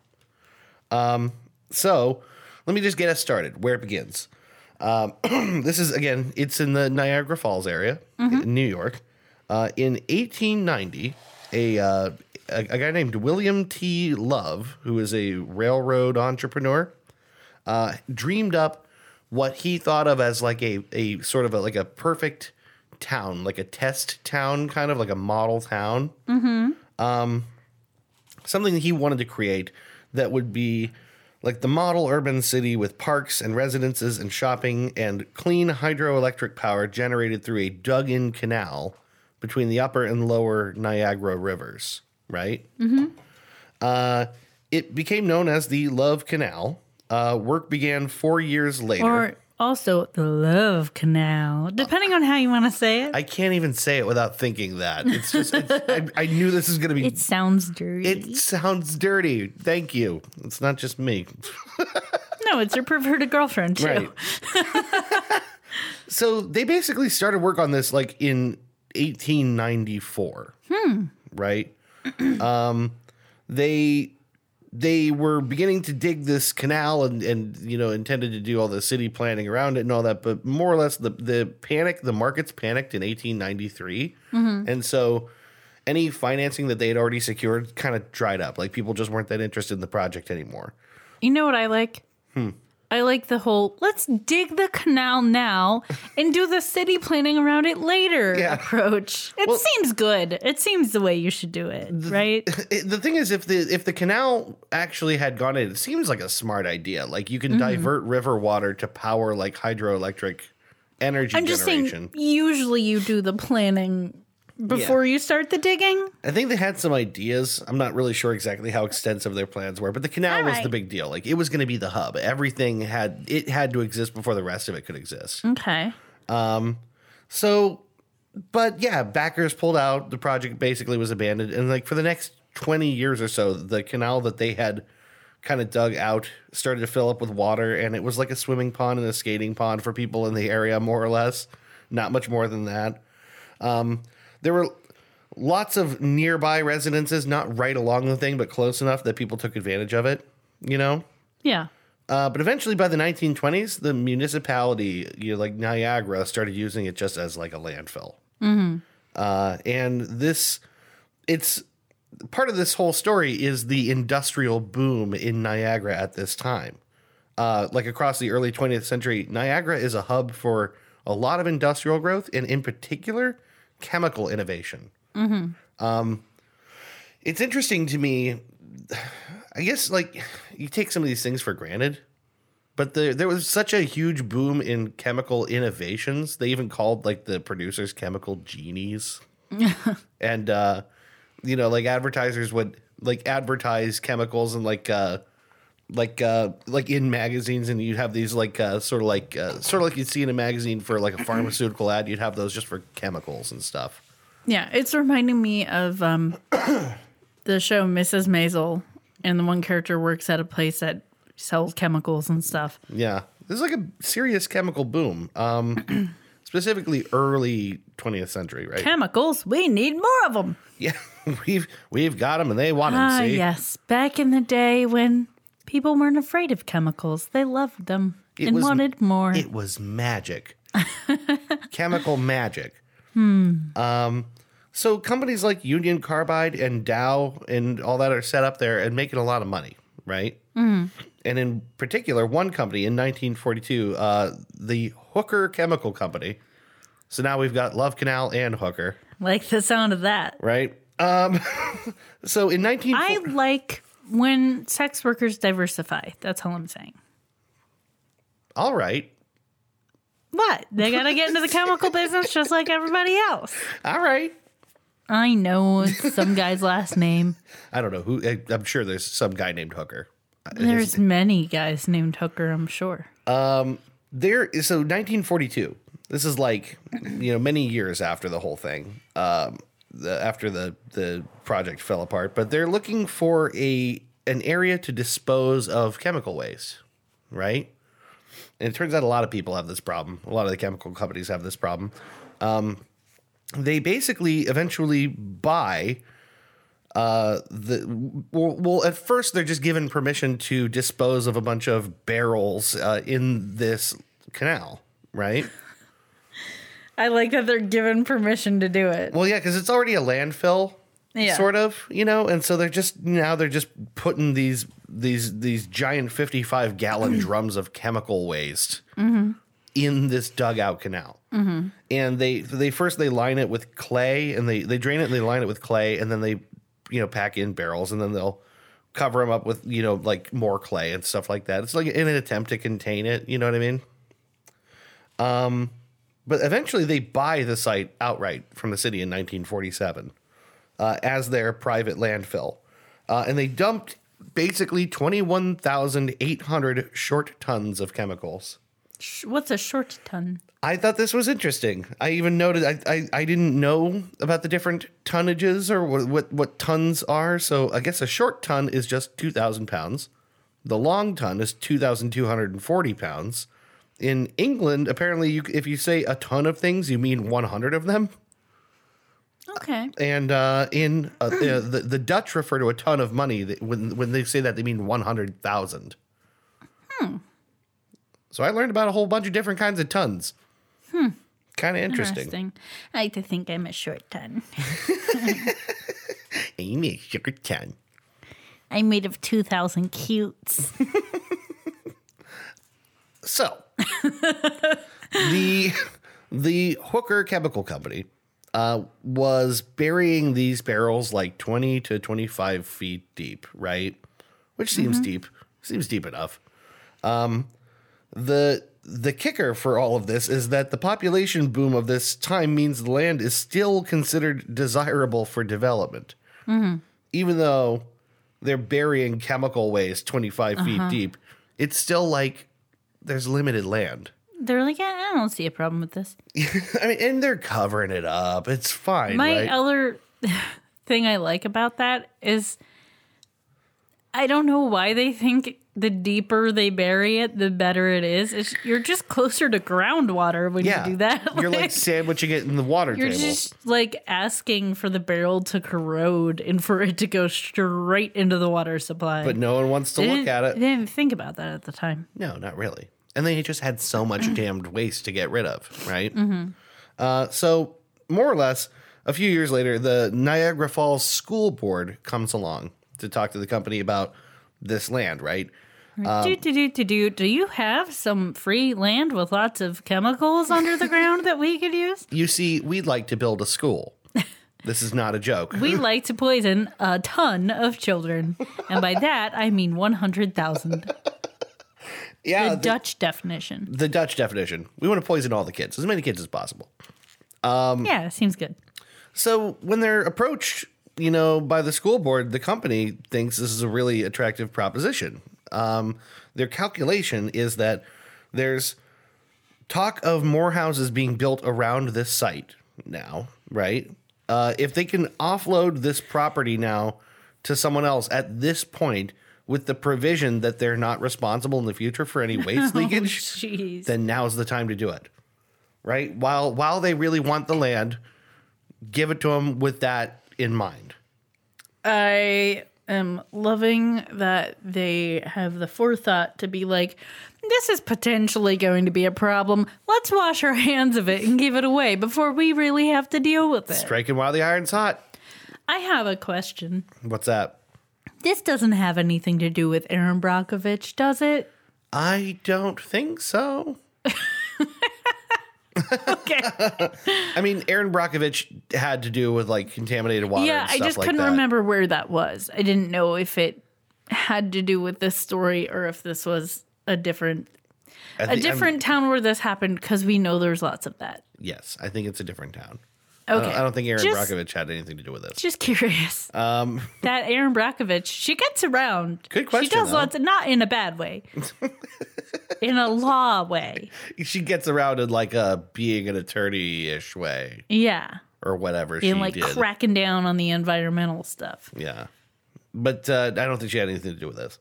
Um, so let me just get us started where it begins. Um, <clears throat> this is again, it's in the Niagara Falls area, in New York. Uh, in 1890, a, uh, a a guy named William T. Love, who is a railroad entrepreneur, uh, dreamed up what he thought of as like a, a sort of a, like a perfect town, like a test town, kind of like a model town. Mm-hmm. Um, something that he wanted to create that would be like the model urban city with parks and residences and shopping and clean hydroelectric power generated through a dug in canal between the upper and lower Niagara rivers, right? Uh, It became known as the Love Canal. Uh, work began four years later. Or also the Love Canal, depending on how you want to say it. I can't even say it without thinking that. It's just, it's, I, I knew this is going to <laughs> be. it sounds dirty. it sounds dirty. Thank you. It's not just me. no, it's your perverted girlfriend too. <laughs> so they basically started work on this like in 1894. Hmm. Right. <clears throat> um, they they were beginning to dig this canal and and you know intended to do all the city planning around it and all that, but more or less the the panic the markets panicked in 1893, and so. Any financing that they had already secured kind of dried up. Like people just weren't that interested in the project anymore. Hmm. You know what I like? I like the whole let's dig the canal now and do the city planning around it later Yeah. approach. It seems good. It seems the way you should do it, right? It- the thing is, if the if the canal actually had gone in, it seems like a smart idea. Like you can Mm-hmm. divert river water to power like hydroelectric energy I'm just generation. saying usually you do the planning before you start the digging. I think they had some ideas. I'm not really sure exactly how extensive their plans were, but the canal All was right. the big deal. Like it was going to be the hub. Everything had it had to exist before the rest of it could exist. Okay. So, but yeah, backers pulled out. The project basically was abandoned. And like for the next 20 years or so, the canal that they had kind of dug out started to fill up with water. And it was like a swimming pond and a skating pond for people in the area, more or less. Not much more than that. Um, there were lots of nearby residences, not right along the thing, but close enough that people took advantage of it, you know? Yeah. Uh, but eventually, by the 1920s, the municipality, you know, like Niagara, started using it just as like a landfill. Uh, and this, it's part of this whole story is the industrial boom in Niagara at this time. Uh, like across the early 20th century, Niagara is a hub for a lot of industrial growth and, in particular, chemical innovation. Um, it's interesting to me I guess like you take some of these things for granted, but the, there was such a huge boom in chemical innovations. They even called like the producers chemical genies, and uh, you know, like advertisers would like advertise chemicals and like uh, like uh, like in magazines, and you'd have these like uh, sort of like uh, sort of like you'd see in a magazine for like a pharmaceutical ad. You'd have those just for chemicals and stuff. Yeah, it's reminding me of um, <coughs> the show Mrs. Maisel, and the one character works at a place that sells chemicals and stuff. Yeah. This is like a serious chemical boom. Um <clears throat> specifically early 20th century, right? Chemicals, we need more of them. yeah. <laughs> We've we've got them and they want them, Ah, see? yes. Back in the day when people weren't afraid of chemicals, they loved them It and was- wanted more. It was magic. <laughs> Chemical magic. Hmm. Um so companies like Union Carbide and Dow and all that are set up there and making a lot of money, right? Hmm. And in particular, one company in 1942, uh, the Hooker Chemical Company. So now we've got Love Canal and Hooker. <laughs> like the sound of that. right? Um, <laughs> so in 19, I like when sex workers diversify. That's all I'm saying. all right, What? They got to get into <laughs> the chemical business just like everybody else. all right. I know some guy's last name. I don't know who. I, I'm sure there's some guy named Hooker. There's many guys named Hooker, I'm sure. There is so 1942. This is like you know many years after the whole thing, um, the, after the the project fell apart. But they're looking for a an area to dispose of chemical waste, right? And it turns out a lot of people have this problem. A lot of the chemical companies have this problem. Um, they basically eventually buy uh, the well, well. At first, they're just given permission to dispose of a bunch of barrels uh, in this canal, right? I like that they're given permission to do it. Well, yeah, because it's already a landfill, Yeah. sort of, you know, and so they're just now they're just putting these these these giant fifty five Mm-hmm. gallon drums of chemical waste in this dugout canal, Mm-hmm. and they they first they line it with clay and they they drain it and they line it with clay and then they you know pack in barrels and then they'll cover them up with you know like more clay and stuff like that. It's like in an attempt to contain it, you know what I mean? But eventually, they buy the site outright from the city in 1947 uh, as their private landfill. Uh, and they dumped basically 21,800 short tons of chemicals. Sh- What's a short ton? I thought this was interesting. I even noted I, I, I didn't know about the different tonnages or what, what what tons are. So I guess a short ton is just two thousand pounds. The long ton is two thousand two hundred and forty pounds. In England, apparently, you, if you say a ton of things, you mean one hundred of them. Okay. And uh, in uh, uh, the, the Dutch refer to a ton of money that when when they say that they mean one hundred thousand. Hmm. So I learned about a whole bunch of different kinds of tons. Hmm. Kind of interesting. Interesting. I like to think I'm a short ton. <laughs> Amy, it's your turn. I'm made of 2,000 cutes. So, the the Hooker Chemical Company uh, was burying these barrels like twenty to twenty five feet deep, right? Which seems deep. Seems deep enough. Um, the the kicker for all of this is that the population boom of this time means the land is still considered desirable for development, even though they're burying chemical waste twenty five feet deep. It's still like there's limited land. <laughs> <laughs> They're like, yeah, I don't see a problem with this. I mean, and they're covering it up. It's fine, My right? other <laughs> thing I like about that is I don't know why they think the deeper they bury it, the better it is. It's, you're just closer to groundwater when yeah, you do that. <laughs> You're like sandwiching it in the water you're table. just like asking for the barrel to corrode and for it to go straight into the water supply. but no one wants to They <laughs> look didn't- at They it. didn't think about that at the time. No, not really. And they just had so <clears throat> much damned waste to get rid of, right? Mm-hmm. Uh, so, more or less, a few years later, the Niagara Falls School Board comes along to talk to the company about this land, right? Um, do, do, do, do, do. do you have some free land with lots of chemicals under the ground that we could use? You see, we'd like to build a <laughs> school. this is not a joke. <laughs> We like to poison a ton of children. And by that, I mean 100,000. <laughs> yeah, The the- Dutch definition. the Dutch definition. We want to poison all the kids, as many kids as possible. Um, yeah, seems good. So when they're approached, you know, by the school board, the company thinks this is a really attractive proposition. Um, their calculation is that there's talk of more houses being built around this site now, right? Uh, if they can offload this property now to someone else at this point, with the provision that they're not responsible in the future for any waste leakage, Jeez. then now's the time to do it. Right? While while they really want the land, give it to them with that in mind. I am loving that they have the forethought to be like, this is potentially going to be a problem. Let's wash our hands of it and give it away before we really have to deal with it. Striking while the iron's hot. I have a question. What's that? This doesn't have anything to do with Aaron Brockovich, does it? I don't think so. Okay. <laughs> I mean, Aaron Brockovich had to do with like contaminated water. Yeah, and I stuff just like couldn't that. remember where that was. I didn't know if it had to do with this story or if this was a different I a thi- I'm- different town where this happened because we know there's lots of that. yes, I think it's a different town. I, Okay, don't, I don't think Aaron just, Brockovich had anything to do with this. Just curious. Um, <laughs> that Aaron Brockovich, she gets around. Good She question, does though. lots, not in a <laughs> bad way, in a law way. She gets around in like a being an attorney ish way Yeah, or whatever she in like did. cracking down on the environmental stuff. Yeah, but uh, I don't think she had anything to do with this.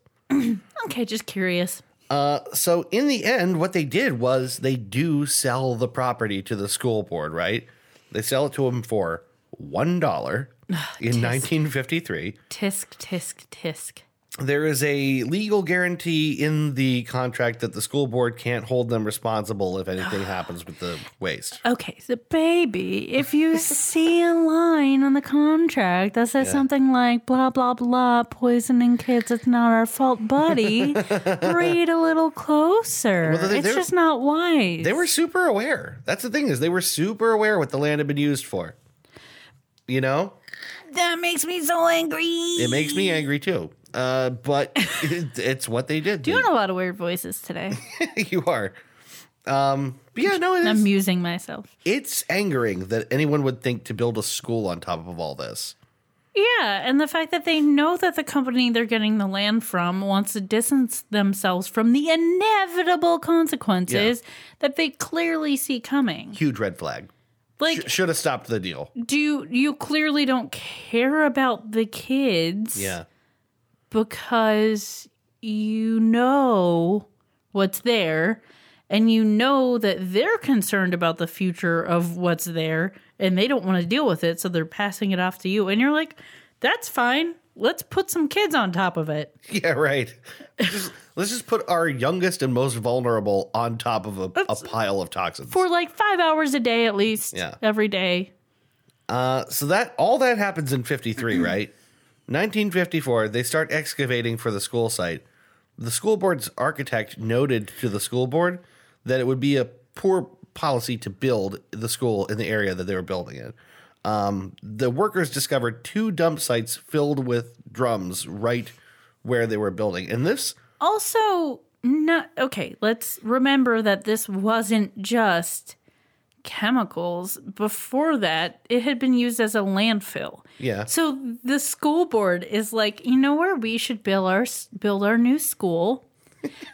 Okay, just curious. so in the end, what they did was they do sell the property to the school board, right? They sell it to them for one dollar in 1953. Tisk tisk tisk. There is a legal guarantee in the contract that the school board can't hold them responsible if anything happens with the waste. Okay, so baby, <laughs> if you see a line on the contract that says something like blah blah blah, poisoning kids, it's not our fault, <laughs> buddy. read a little closer. Well, they- it's they were- just not wise. They were super aware. That's the thing is they were super aware what the land had been used for. You know, that makes me so angry. it makes me angry too. Uh, but it, it's what they did. Doing a lot of weird voices today. <laughs> <laughs> you are. Um, but yeah, no, it is. I'm musing myself. it's angering that anyone would think to build a school on top of all this. Yeah, and the fact that they know that the company they're getting the land from wants to distance themselves from the inevitable consequences that they clearly see coming. Huge red flag. Like Sh- Should have stopped the deal. do you, you clearly don't care about the kids Yeah. because you know what's there and you know that they're concerned about the future of what's there and they don't want to deal with it so they're passing it off to you and you're like that's fine let's put some kids on top of it Yeah, right. Just- let's just put our youngest and most vulnerable on top of a, a pile of toxins. for like 5 hours a day at least Yeah. every day Uh, so that all that <clears throat> happens in 53, right? 1954, they start excavating for the school site. The school board's architect noted to the school board that it would be a poor policy to build the school in the area that they were building it. Um, the workers discovered two dump sites filled with drums right where they were building. And this, Also, not okay. Let's remember that this wasn't just chemicals. Before that, it had been used as a landfill. yeah, So the school board is like, you know where we should build our build our <laughs> new school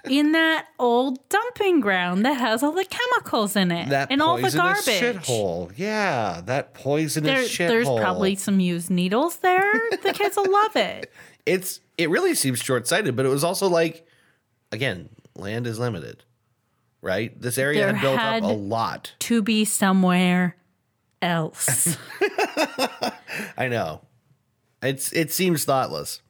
in that old dumping ground that has all the chemicals in it that and all the poisonous garbage. shithole. Yeah, that There, poisonous shithole. there's probably some used needles there. The kids will love it. it's it really seems short sighted, but it was also like, again, land is limited, right? This area There had built had- up a lot. To be somewhere <laughs> else. I know. It's it seems thoughtless.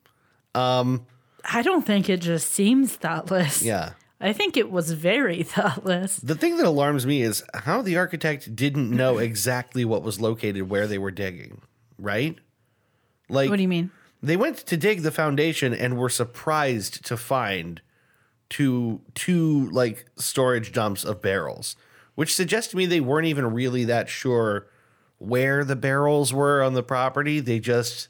I don't think it just seems thoughtless. Yeah. I think it was very <laughs> thoughtless. The thing that alarms me is how the architect didn't know exactly what was located where they were digging, right? Like What do you mean? they went to dig the foundation and were surprised to find two two like storage dumps of barrels, which suggests to me they weren't even really that sure where the barrels were on the property. They just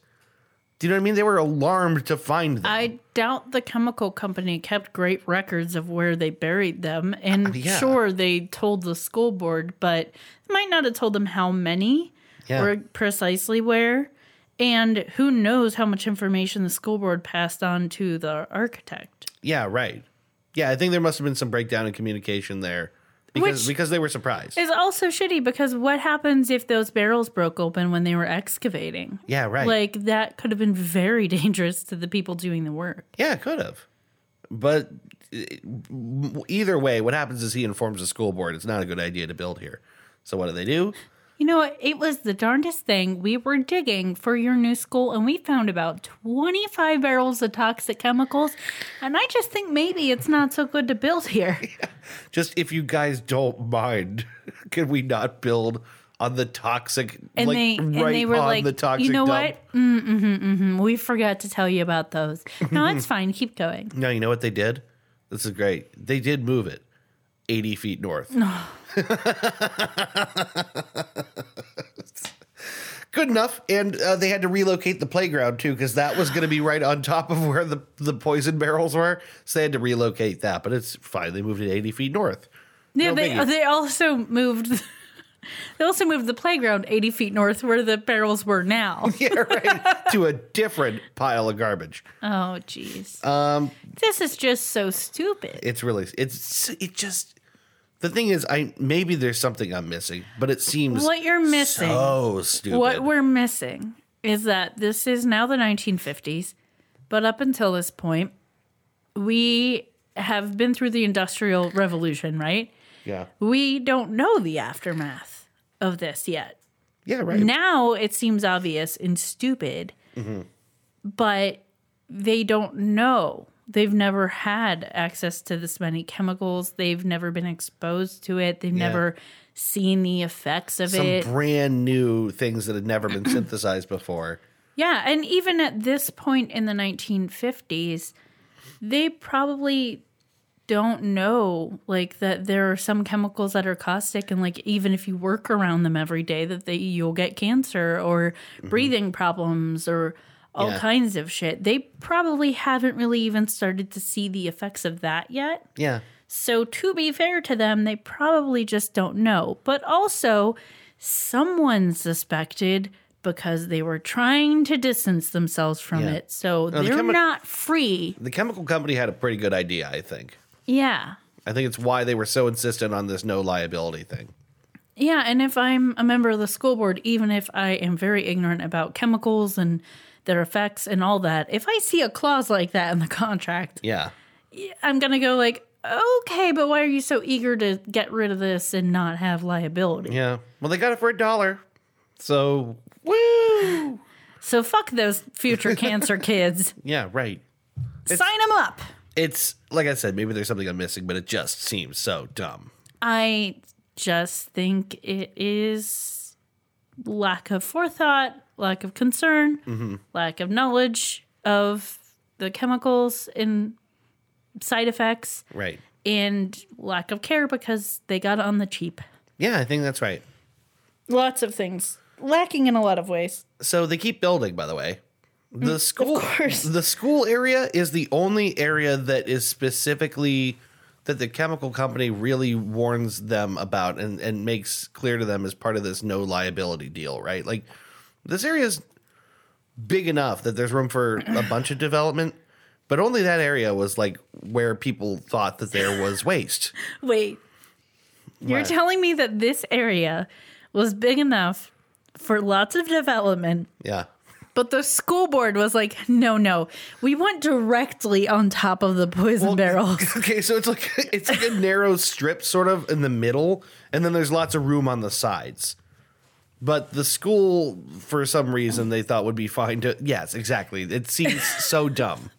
do you know what I mean? They were alarmed to find them. I doubt the chemical company kept great records of where they buried them. And Oh, yeah. sure, they told the school board, but they might not have told them how many Yeah. or precisely where. And who knows how much information the school board passed on to the architect. yeah, right. Yeah, I think there must have been some breakdown in communication there because Which- because they were surprised. It's also shitty because what happens if those barrels broke open when they were excavating? Yeah, right. Like that could have been very <laughs> dangerous to the people doing the work. Yeah, could have. But uh, either way, what happens is he informs the school board it's not a good idea to build here. So what do they do? You know what? It was the darndest thing. We were digging for your new school and we found about 25 barrels of toxic chemicals. And I just think maybe it's not so good to build <laughs> here. Just if you guys don't mind, <laughs> can we not build on the toxic And like they and right they were on like, the toxic you know dump? what? Mm, hmm hmm We forgot to tell you about those. <laughs> No, it's fine. Keep going. No, you know what they did? This is great. They did move it 80 feet north. <laughs> Good enough. And uh, they had to relocate the playground too, because that was going to be right on top of where the, the poison barrels were. So they had to relocate that, but it's fine. They moved it 80 feet <laughs> north. Yeah, No they biggie. they also moved. <laughs> They also moved the playground 80 feet north where the barrels <laughs> were now. Yeah, right. to a different pile of garbage. Oh, jeez. Um, this is just so stupid. It's really, it's, it just, the thing is, I maybe there's something I'm missing, but it seems What you're missing, so stupid. what we're missing, is that this is now the 1950s, but up until this point, we have been through the Industrial Revolution, right? yeah. We don't know the aftermath of this yet. Yeah, right. Now it seems obvious and stupid, but they don't know. They've never had access to this many chemicals. They've never been exposed to it. They've never seen the effects of Some it. brand new things that had never been synthesized before. yeah. And even at this point in the 1950s, they probably don't know like that there are some chemicals that are caustic and like even if you work around them every day that they you'll get cancer or breathing problems or all Yeah. kinds of shit. They probably haven't really even started to see the effects of that yet. Yeah. So, to be fair to them, they probably just don't know. But also, someone suspected because they were trying to distance themselves from Yeah. it. So the they're chemi- not free. The chemical company had a pretty good idea, I think. Yeah. I think it's why they were so insistent on this no liability thing. Yeah. And if I'm a member of the school board, even if I am very ignorant about chemicals and their effects and all that, if I see a clause like that in the <laughs> contract, Yeah. I'm going to go like, okay, but why are you so eager to get rid of this and not have liability? Yeah. Well, they got it for a dollar. So, woo. So fuck those future cancer <laughs> kids. Yeah, right. Sign them up. It's like I said, maybe there's something I'm missing, but it just seems so dumb. I just think it is lack of forethought, lack of concern, lack of knowledge of the chemicals and side effects Right. and lack of care because they got it on the cheap. Yeah, I think that's right. Lots of things lacking in a lot of ways. So they keep building, by the way. The school course. the school area is the only area that is specifically that the chemical company really warns them about and, and makes clear to them as part of this no liability deal, right? Like this area is big enough that there's room for a bunch of development, but only that area was like where people thought that there was waste. Wait, you're What? telling me that this area was big enough for lots of development, Yeah. but the school board was like, no, no, we want directly on top of the poison barrels. <laughs> Okay, so it's like it's like a narrow strip sort of in the middle, and then there's lots of room on the sides. But the school, for some reason, they thought would be fine to. Yes, exactly. It seems so dumb.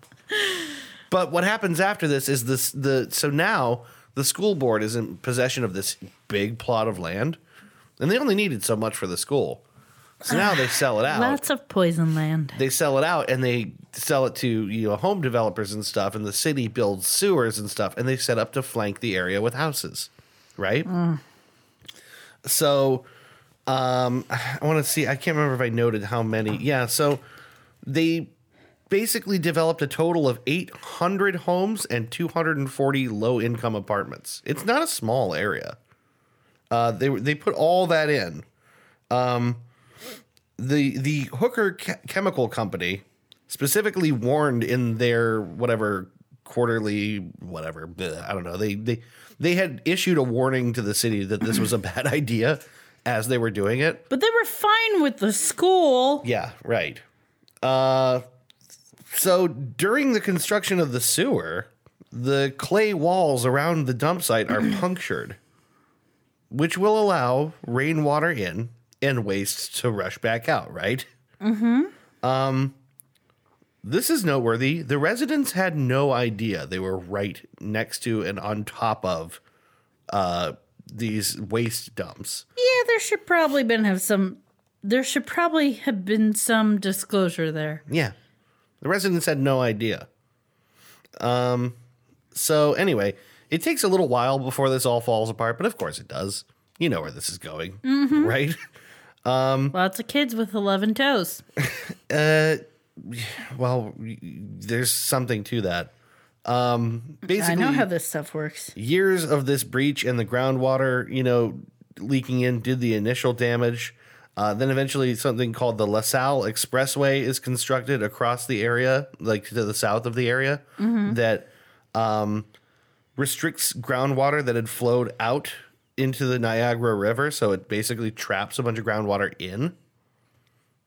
But what happens after this is this the so now the school board is in possession of this big plot of land, and they only needed so much for the school. So now they sell it out Lots of poison land. they sell it out and they sell it to you know home developers and stuff and the city builds sewers and stuff and they set up to flank the area with houses right so um i want to see i can't remember if i noted how many yeah so they basically developed a total of 800 homes and 240 low income apartments it's not a small area uh they they put all that in the the hooker ch- chemical company specifically warned in their whatever quarterly whatever bleh, I don't know they they they had issued a warning to the city that this was a bad <laughs> idea as they were doing it. But they were fine with the school. Yeah, right. Uh so during the construction of the sewer, the clay walls around the dump site are punctured, which will allow rainwater in and waste to rush back out, right? Um, This is noteworthy. The residents had no idea they were right next to and on top of uh, these waste dumps. Yeah, there should probably been have some. There should probably have been some disclosure there. Yeah. The residents had no idea. Um, so, anyway, it takes a little while before this all falls apart, but of course it does. You know where this is going, Mm-hmm. right? <laughs> Hmm. Lots of kids with eleven toes. Well, y- y- there's something to that. Um, I basically, know how this stuff works. years of this breach and the groundwater, you know, leaking in did the initial damage. Uh, then eventually, something called the LaSalle Expressway is constructed across the area, like to the south of the area, that um, restricts groundwater that had flowed out into the Niagara River. So it basically traps a bunch of groundwater in.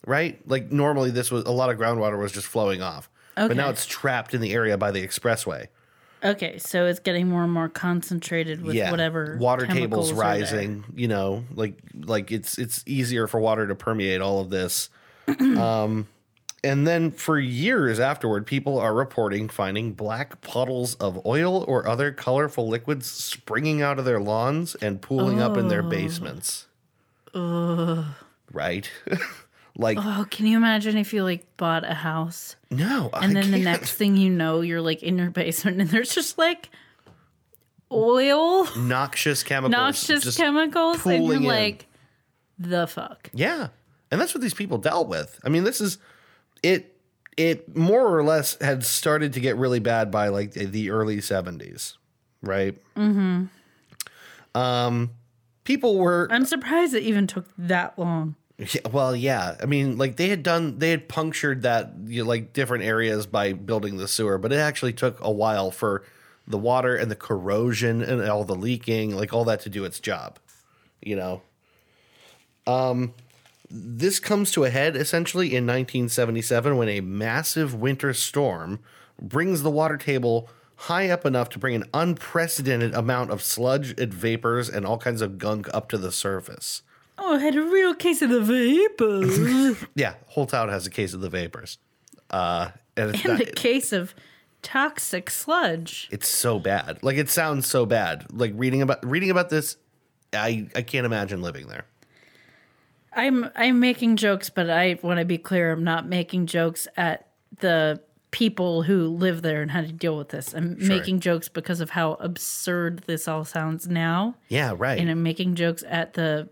Right? Like normally, this was a lot of groundwater was just flowing off, but now Okay. it's trapped in the area by the expressway Okay, so it's getting more and more concentrated with whatever water tables chemicals are rising you know like like it's it's easier for water to permeate all of <clears throat> this um and then for years afterward people are reporting finding black puddles of oil or other colorful liquids springing out of their lawns and pooling up in their basements right <laughs> like there. Oh, can you imagine if you like bought a house no and then the next thing you know, you're like in your basement and there's just like oil, noxious chemicals noxious just- chemicals, and you're pooling in. like, the fuck. Yeah. And that's what these people dealt with. I mean, this is it it more or less had started to get really bad by like the, the early 70s, right? Mhm. Um people were I'm surprised it even took that long. yeah, well, yeah. I mean, like they had done they had punctured that you know, like different areas by building the sewer, but it actually took a while for the water and the corrosion and all the leaking, like all that to do its job, you know. Um, this comes to a head essentially in 1977 when a massive winter storm brings the water table high up enough to bring an unprecedented amount of sludge and vapors and all kinds of gunk up to the surface. Oh, I had a real case of <laughs> the vapors Yeah, whole town has a case of the vapors. Uh, and it's, and not, a case of toxic sludge. it's so bad. Like it sounds so bad. Like reading about reading about this, I I can't imagine living there. I'm I'm making jokes, but I want to be clear. I'm not making jokes at the people who live there and how to deal with this. I'm making jokes because of how absurd this all sounds now. Yeah, right. And I'm making jokes at the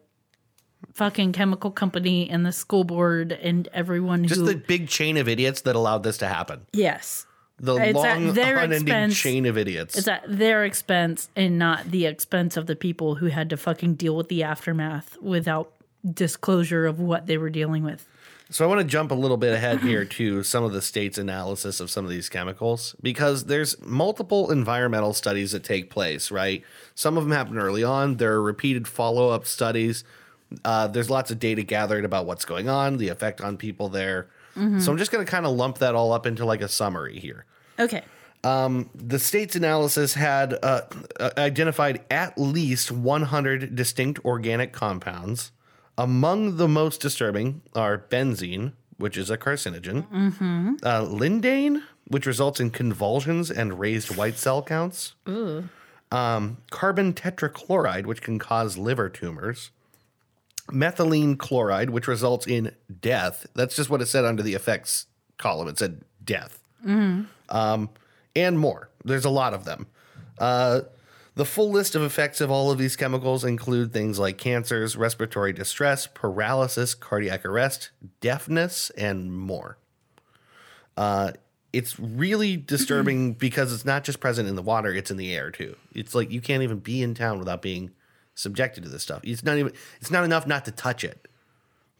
fucking chemical company and the school board and everyone Just who the big chain of idiots that allowed this to happen. yes. The It's at long, their unending expense. chain of idiots. It's at their expense and not the expense of the people who had to fucking deal with the aftermath without disclosure of what they were dealing with. So I want to jump a little bit ahead here to some of the state's analysis of some of these chemicals because there's multiple environmental studies that take place, right? Some of them happen early on. There are repeated follow-up studies. Uh, there's lots of data gathered about what's going on, the effect on people there. So I'm just going to kind of lump that all up into like a summary here Okay. the state's analysis had uh, uh, identified at least 100 distinct organic compounds. Among the most disturbing are benzene, which is a carcinogen, uh, lindane, which results in convulsions and raised white cell counts, Um, carbon tetrachloride, which can cause liver tumors, methylene chloride, which results in death. That's just what it said under the effects column. It said death and more. There's a lot of them. Uh, the full list of effects of all of these chemicals include things like cancers, respiratory distress, paralysis, cardiac arrest, deafness, and more. Uh, it's really <clears throat> disturbing because it's not just present in the water, it's in the air too. It's like you can't even be in town without being subjected to this stuff. It's not even it's not enough not to touch it.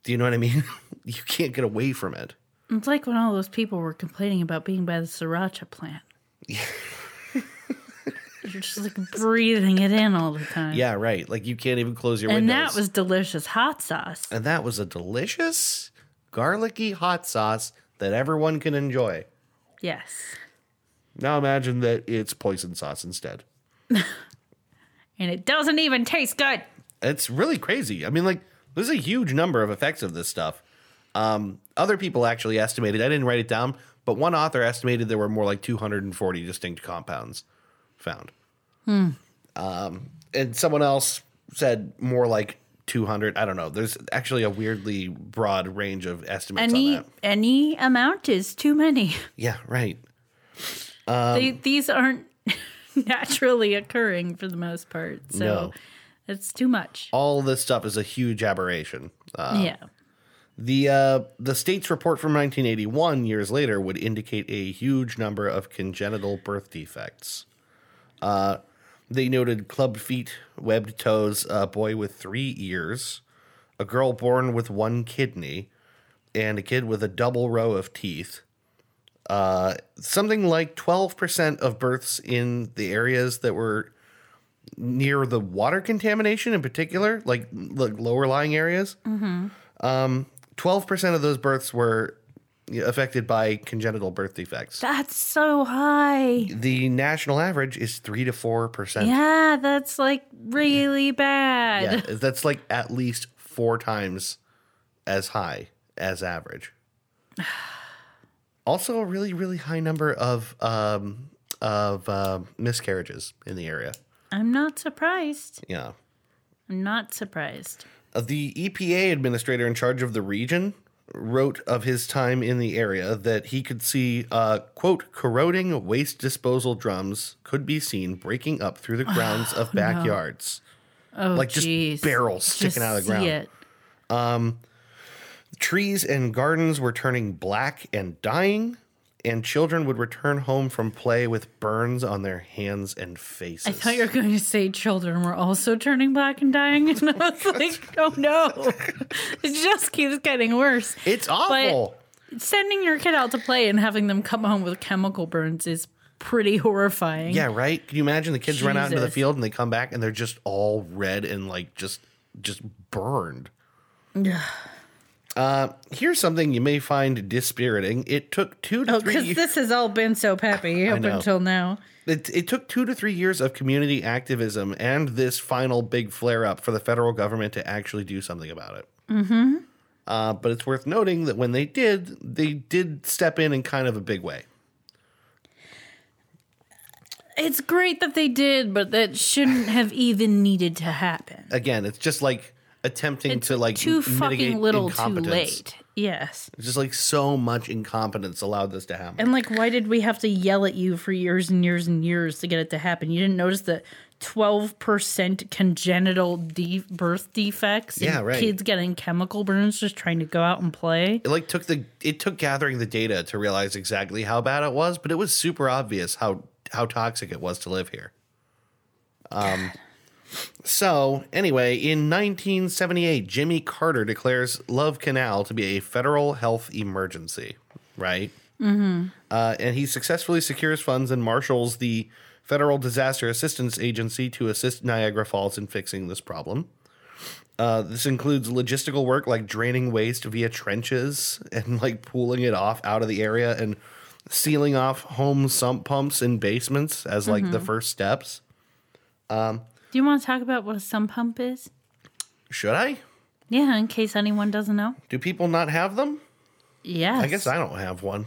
Do you know what I mean? <laughs> you can't get away from it. It's like when all those people were complaining about being by the sriracha <laughs> plant. You're just like breathing it in all the time. Yeah, right. Like you can't even close your And windows. that was delicious hot sauce. And that was a delicious, garlicky hot sauce that everyone can enjoy. Yes. Now imagine that it's poison sauce instead. And it doesn't even taste good. It's really crazy. I mean, like, there's a huge number of effects of this stuff. Um, other people actually estimated, I didn't write it down, but one author estimated there were more like 240 distinct compounds found. Hmm. Um, and someone else said more like 200. I don't know. There's actually a weirdly broad range of estimates Any on that. any amount is too many. Yeah, right. Um, they, these aren't <laughs> naturally occurring for the most part. So No. it's too much. all this stuff is a huge aberration. Uh, yeah. the uh, the state's report from 1981, years later, would indicate a huge number of congenital birth defects. Uh, they noted club feet, webbed toes, a boy with three ears, a girl born with one kidney, and a kid with a double row of teeth. Uh, something like 12% of births in the areas that were near the water contamination in particular, like the lower lying areas. Um, 12% of those births were you know, affected by congenital birth defects. That's so high. The national average is 3 to 4%. Yeah, that's like really bad. Yeah, that's like at least 4 times as high as average. <sighs> Also a really really high number of um of uh, miscarriages in the area. I'm not surprised. Yeah. I'm not surprised. Uh, The EPA administrator in charge of the region wrote of his time in the area that he could see, uh, quote, corroding waste disposal drums could be seen breaking up through the grounds of backyards. Oh, Like just jeez. barrels sticking out of the see ground. it. Trees and gardens were turning black and dying, and children would return home from play with burns on their hands and faces. I thought you were going to say children were also turning black and dying, and <laughs> I was like, oh no, it just keeps getting worse. it's awful. Sending your kid out to play and having them come home with chemical burns is pretty horrifying. Yeah, right. Can you imagine the kids run out into the Jesus. field and they come back and they're just all red and like just just burned. uh, here's something you may find dispiriting. It took two to Oh, three. because this has all been so peppy up know. until now. It, it took two to three years of community activism and this final big flare up for the federal government to actually do something about it. Mm-hmm. Uh, but it's worth noting that when they did, they did step in in kind of a big way. It's great that they did, but that shouldn't have even needed to happen. Again, it's just like attempting It's to like too mitigate fucking little too incompetence. late. Yes. It's just like so much incompetence allowed this to happen. And like, why did we have to yell at you for years and years and years to get it to happen? You didn't notice that twelve percent congenital de- birth defects. and Yeah, right. Kids getting chemical burns just trying to go out and play. it like took the it took gathering the data to realize exactly how bad it was, but it was super obvious how how toxic it was to live here. Um so anyway, in 1978, Jimmy Carter declares Love Canal to be a federal health emergency, right? Uh, and he successfully secures funds and marshals the Federal Disaster Assistance Agency to assist Niagara Falls in fixing this problem. Uh, this includes logistical work like draining waste via trenches and like pooling it off out of the area and sealing off home sump pumps in basements as like Mm-hmm. the first steps. Do you want to talk about what a sump pump is? Should I? Yeah, in case anyone doesn't know. Do people not have them? Yes. I guess I don't have one.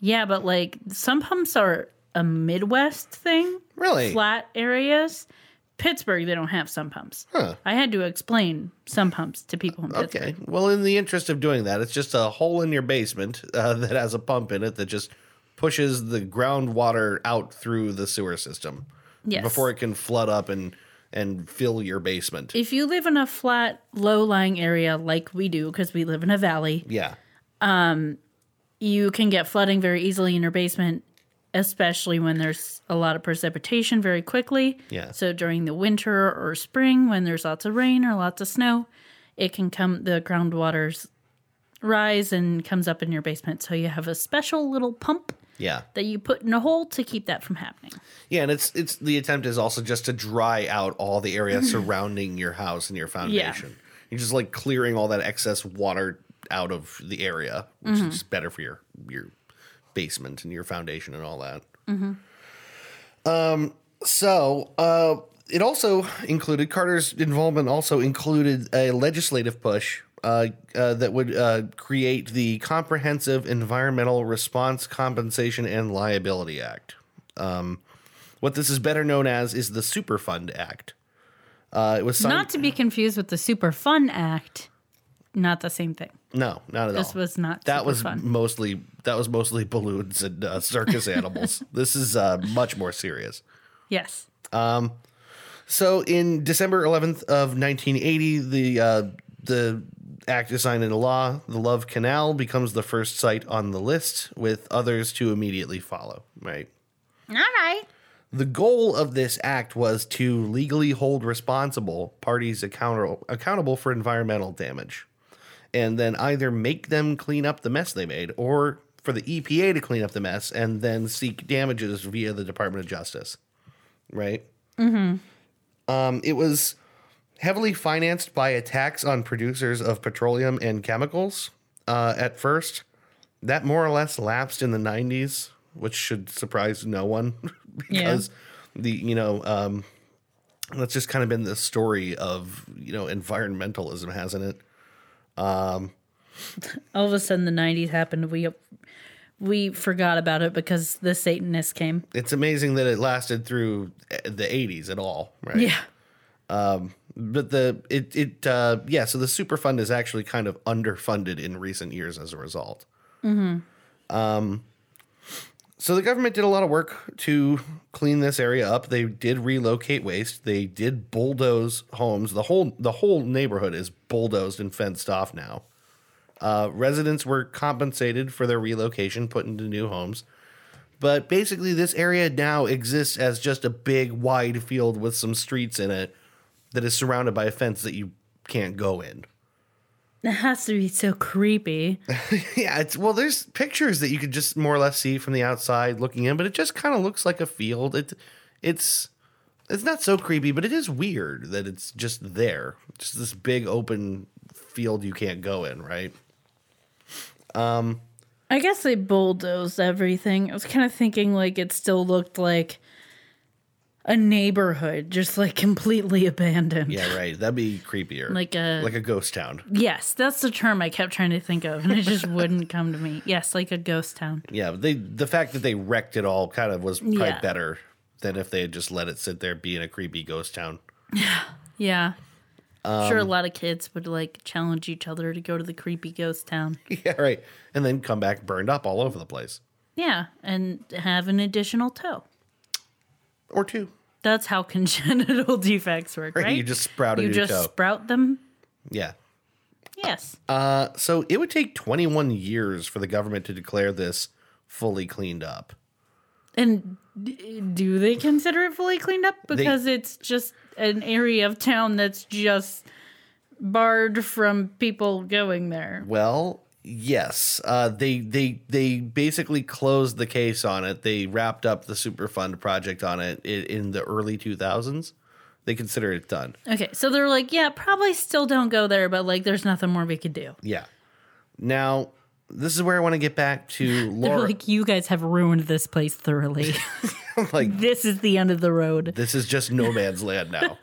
Yeah, but like sump pumps are a Midwest thing. Really? Flat areas. Pittsburgh, they don't have sump pumps. Huh. I had to explain sump pumps to people in Pittsburgh. Okay. Well, in the interest of doing that, it's just a hole in your basement uh, <laughs> that has a pump in it that just pushes the groundwater out through the sewer system Yes. before it can flood up and and fill your basement. if you live in a flat, low lying area like we do, because we live in a valley, yeah. you can get flooding very easily in your basement, especially when there's a lot of precipitation very quickly. Yeah. So during the winter or spring, when there's lots of rain or lots of snow, it can come, the groundwaters rise and comes up in your basement. So you have a special little pump Yeah. that you put in a hole to keep that from happening. Yeah, and it's it's the attempt is also just to dry out all the area surrounding your house and your foundation. You're just like clearing all that excess water out of the area, which is better for your your basement and your foundation and all that. Um. So, uh, it also included Carter's involvement. Also included a legislative push. Uh, uh, that would uh, create the Comprehensive Environmental Response Compensation and Liability Act. What this is better known as is the Superfund Act. Uh, it was signed. Not to be confused with the Super Fun Act. Not the same thing. no, not at all. This was not Oh. That super was fun. mostly that was mostly <laughs> balloons and uh, circus animals. this is uh, much more serious. Yes. So, in December 11th of 1980, the uh, the act is signed into law. The Love Canal becomes the first site on the list, with others to immediately follow. Right. All right. The goal of this act was to legally hold responsible parties accountable accountable for environmental damage, and then either make them clean up the mess they made, or for the EPA to clean up the mess and then seek damages via the Department of Justice. Right. Mm-hmm. Um, it was heavily financed by a tax on producers of petroleum and chemicals. Uh, at first, that more or less lapsed in the '90s, which should surprise no one <laughs> because the you know um, that's just kind of been the story of you know environmentalism, hasn't it? all of a sudden the 90s happened we we forgot about it because the satanists came It's amazing that it lasted through eh, the '80s at all, right? But the it it uh, yeah, so the Superfund is actually kind of underfunded in recent years as a result. Mm-hmm. Um, so the government did a lot of work to clean this area up. They did relocate waste. They did bulldoze homes. The whole the whole neighborhood is bulldozed and fenced off now. Uh, residents were compensated for their relocation, put into new homes. But basically, this area now exists as just a big, wide field with some streets in it that is surrounded by a fence that you can't go in. that has to be so creepy <laughs> Yeah, it's well, there's pictures that you could just more or less see from the outside looking in, but it just kind of looks like a field. It, it's it's not so creepy, but it is weird that it's just there, just this big open field you can't go in, right? i guess they bulldozed everything i was kind of thinking like it still looked like a neighborhood just like completely <laughs> abandoned Yeah, right. That'd be creepier, Like a- like a ghost town. <laughs> yes that's the term i kept trying to think of and it just wouldn't come to me yes like a ghost town Yeah, but they the fact that they wrecked it all kind of was probably Yeah. better than if they had just let it sit there being a creepy ghost town. yeah Um, I'm sure a lot of kids would like challenge each other to go to the creepy <laughs> ghost town. yeah, right. And then come back burned up all over the place. Yeah, and have an additional toe. Or two. That's how <laughs> congenital defects work, right? You just sprout a You new just toe. sprout them. Yeah. Yes. Uh, so it would take 21 years for the government to declare this fully cleaned up. And d- do they consider it fully cleaned up? Because it's just an area of town that's just barred from people going there. Well, yes. Uh, they they they basically closed the case on it. They wrapped up the Superfund project on it in, in the early 2000s. They consider it done. Okay, so they're like, yeah, probably still don't go there, but like, there's nothing more we could do. <laughs> Yeah. Now, this is where I want to get back <laughs> to They're Laura. like, <laughs> like, you guys have ruined this place thoroughly. <laughs> this is the end of the road. this is just no man's land now.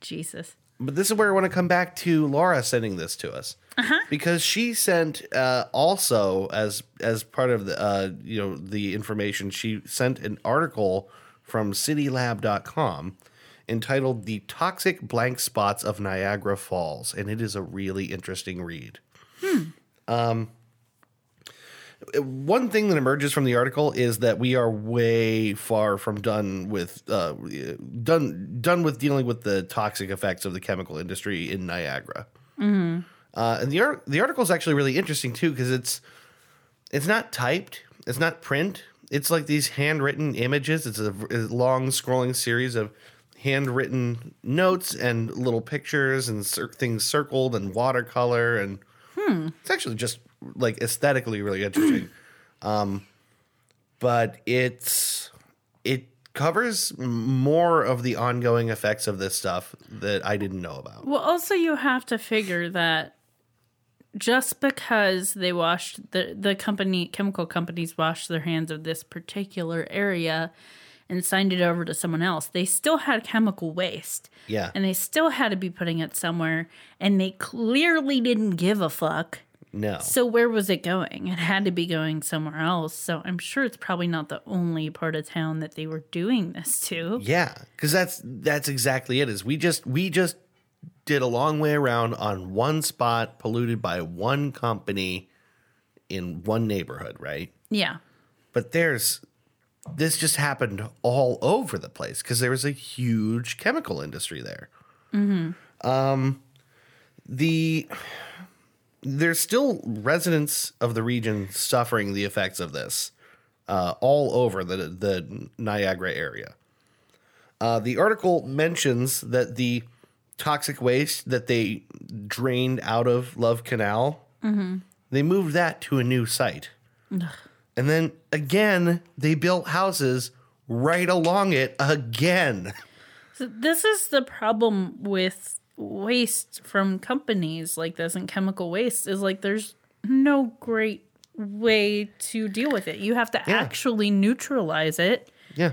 Jesus. But this is where I want to come back to Laura sending this to us because she sent uh, also as as part of the uh, you know the information she sent an article from CityLab.com entitled "The Toxic Blank Spots of Niagara Falls," and it is a really interesting read. Um, one thing that emerges from the article is that we are way far from done with uh, done done with dealing with the toxic effects of the chemical industry in Niagara. Uh, and the ar- the article is actually really interesting too because it's it's not typed, it's not print. It's like these handwritten images. It's a, v- a long scrolling series of handwritten notes and little pictures and cir- things circled and watercolor and it's actually just like aesthetically really interesting. um, but it's it covers m- more of the ongoing effects of this stuff that I didn't know about. Well, also, you have to figure that just because they washed the, the company, chemical companies washed their hands of this particular area and signed it over to someone else, they still had chemical waste. Yeah. And they still had to be putting it somewhere. And they clearly didn't give a fuck. no. So where was it going? It had to be going somewhere else. So I'm sure it's probably not the only part of town that they were doing this to. Yeah, because that's that's exactly it. Is we just we just did a long way around on one spot polluted by one company in one neighborhood, right? Yeah. But there's this just happened all over the place because there was a huge chemical industry there. Mm-hmm. Um, the there's still residents of the region suffering the effects of this uh, all over the the Niagara area. Uh, the article mentions that the toxic waste that they drained out of Love Canal, they moved that to a new site. And then again, they built houses right along it again. So this is the problem with waste from companies like this and chemical waste is like there's no great way to deal with it. You have to Yeah. actually neutralize it. Yeah.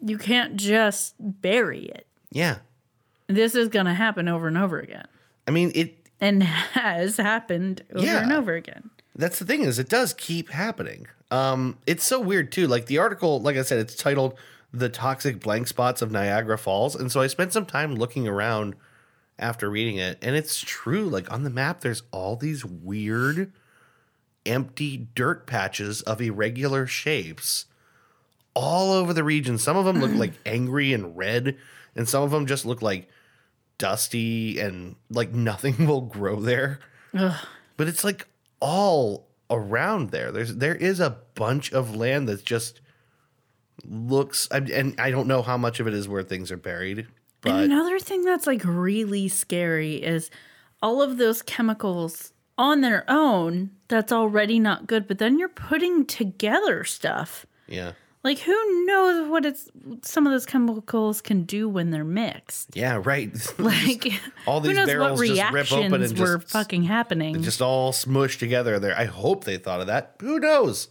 You can't just bury it. Yeah. This is going to happen over and over again I mean, it and <laughs> has happened over Yeah. and over again. That's the thing is it does keep happening. Um, it's so weird too. Like the article, like I said, it's titled "The Toxic Blank Spots of Niagara Falls," and so I spent some time looking around after reading it, and it's true. Like on the map, there's all these weird, empty dirt patches of irregular shapes all over the region. Some of them look like angry and red, and some of them just look like dusty and like nothing <laughs> will grow there but it's like all around there. There's there is a bunch of land that just looks, I- and I don't know how much of it is where things are buried, but Another thing that's like really scary is all of those chemicals on their own that's already not good, but then you're putting together stuff. yeah, Like who knows what it's some of those chemicals can do when they're mixed. yeah, right. <laughs> Like all these who knows barrels what just rip reactions open and were just- fucking happening. just all smushed together there. I hope they thought of that. Who knows?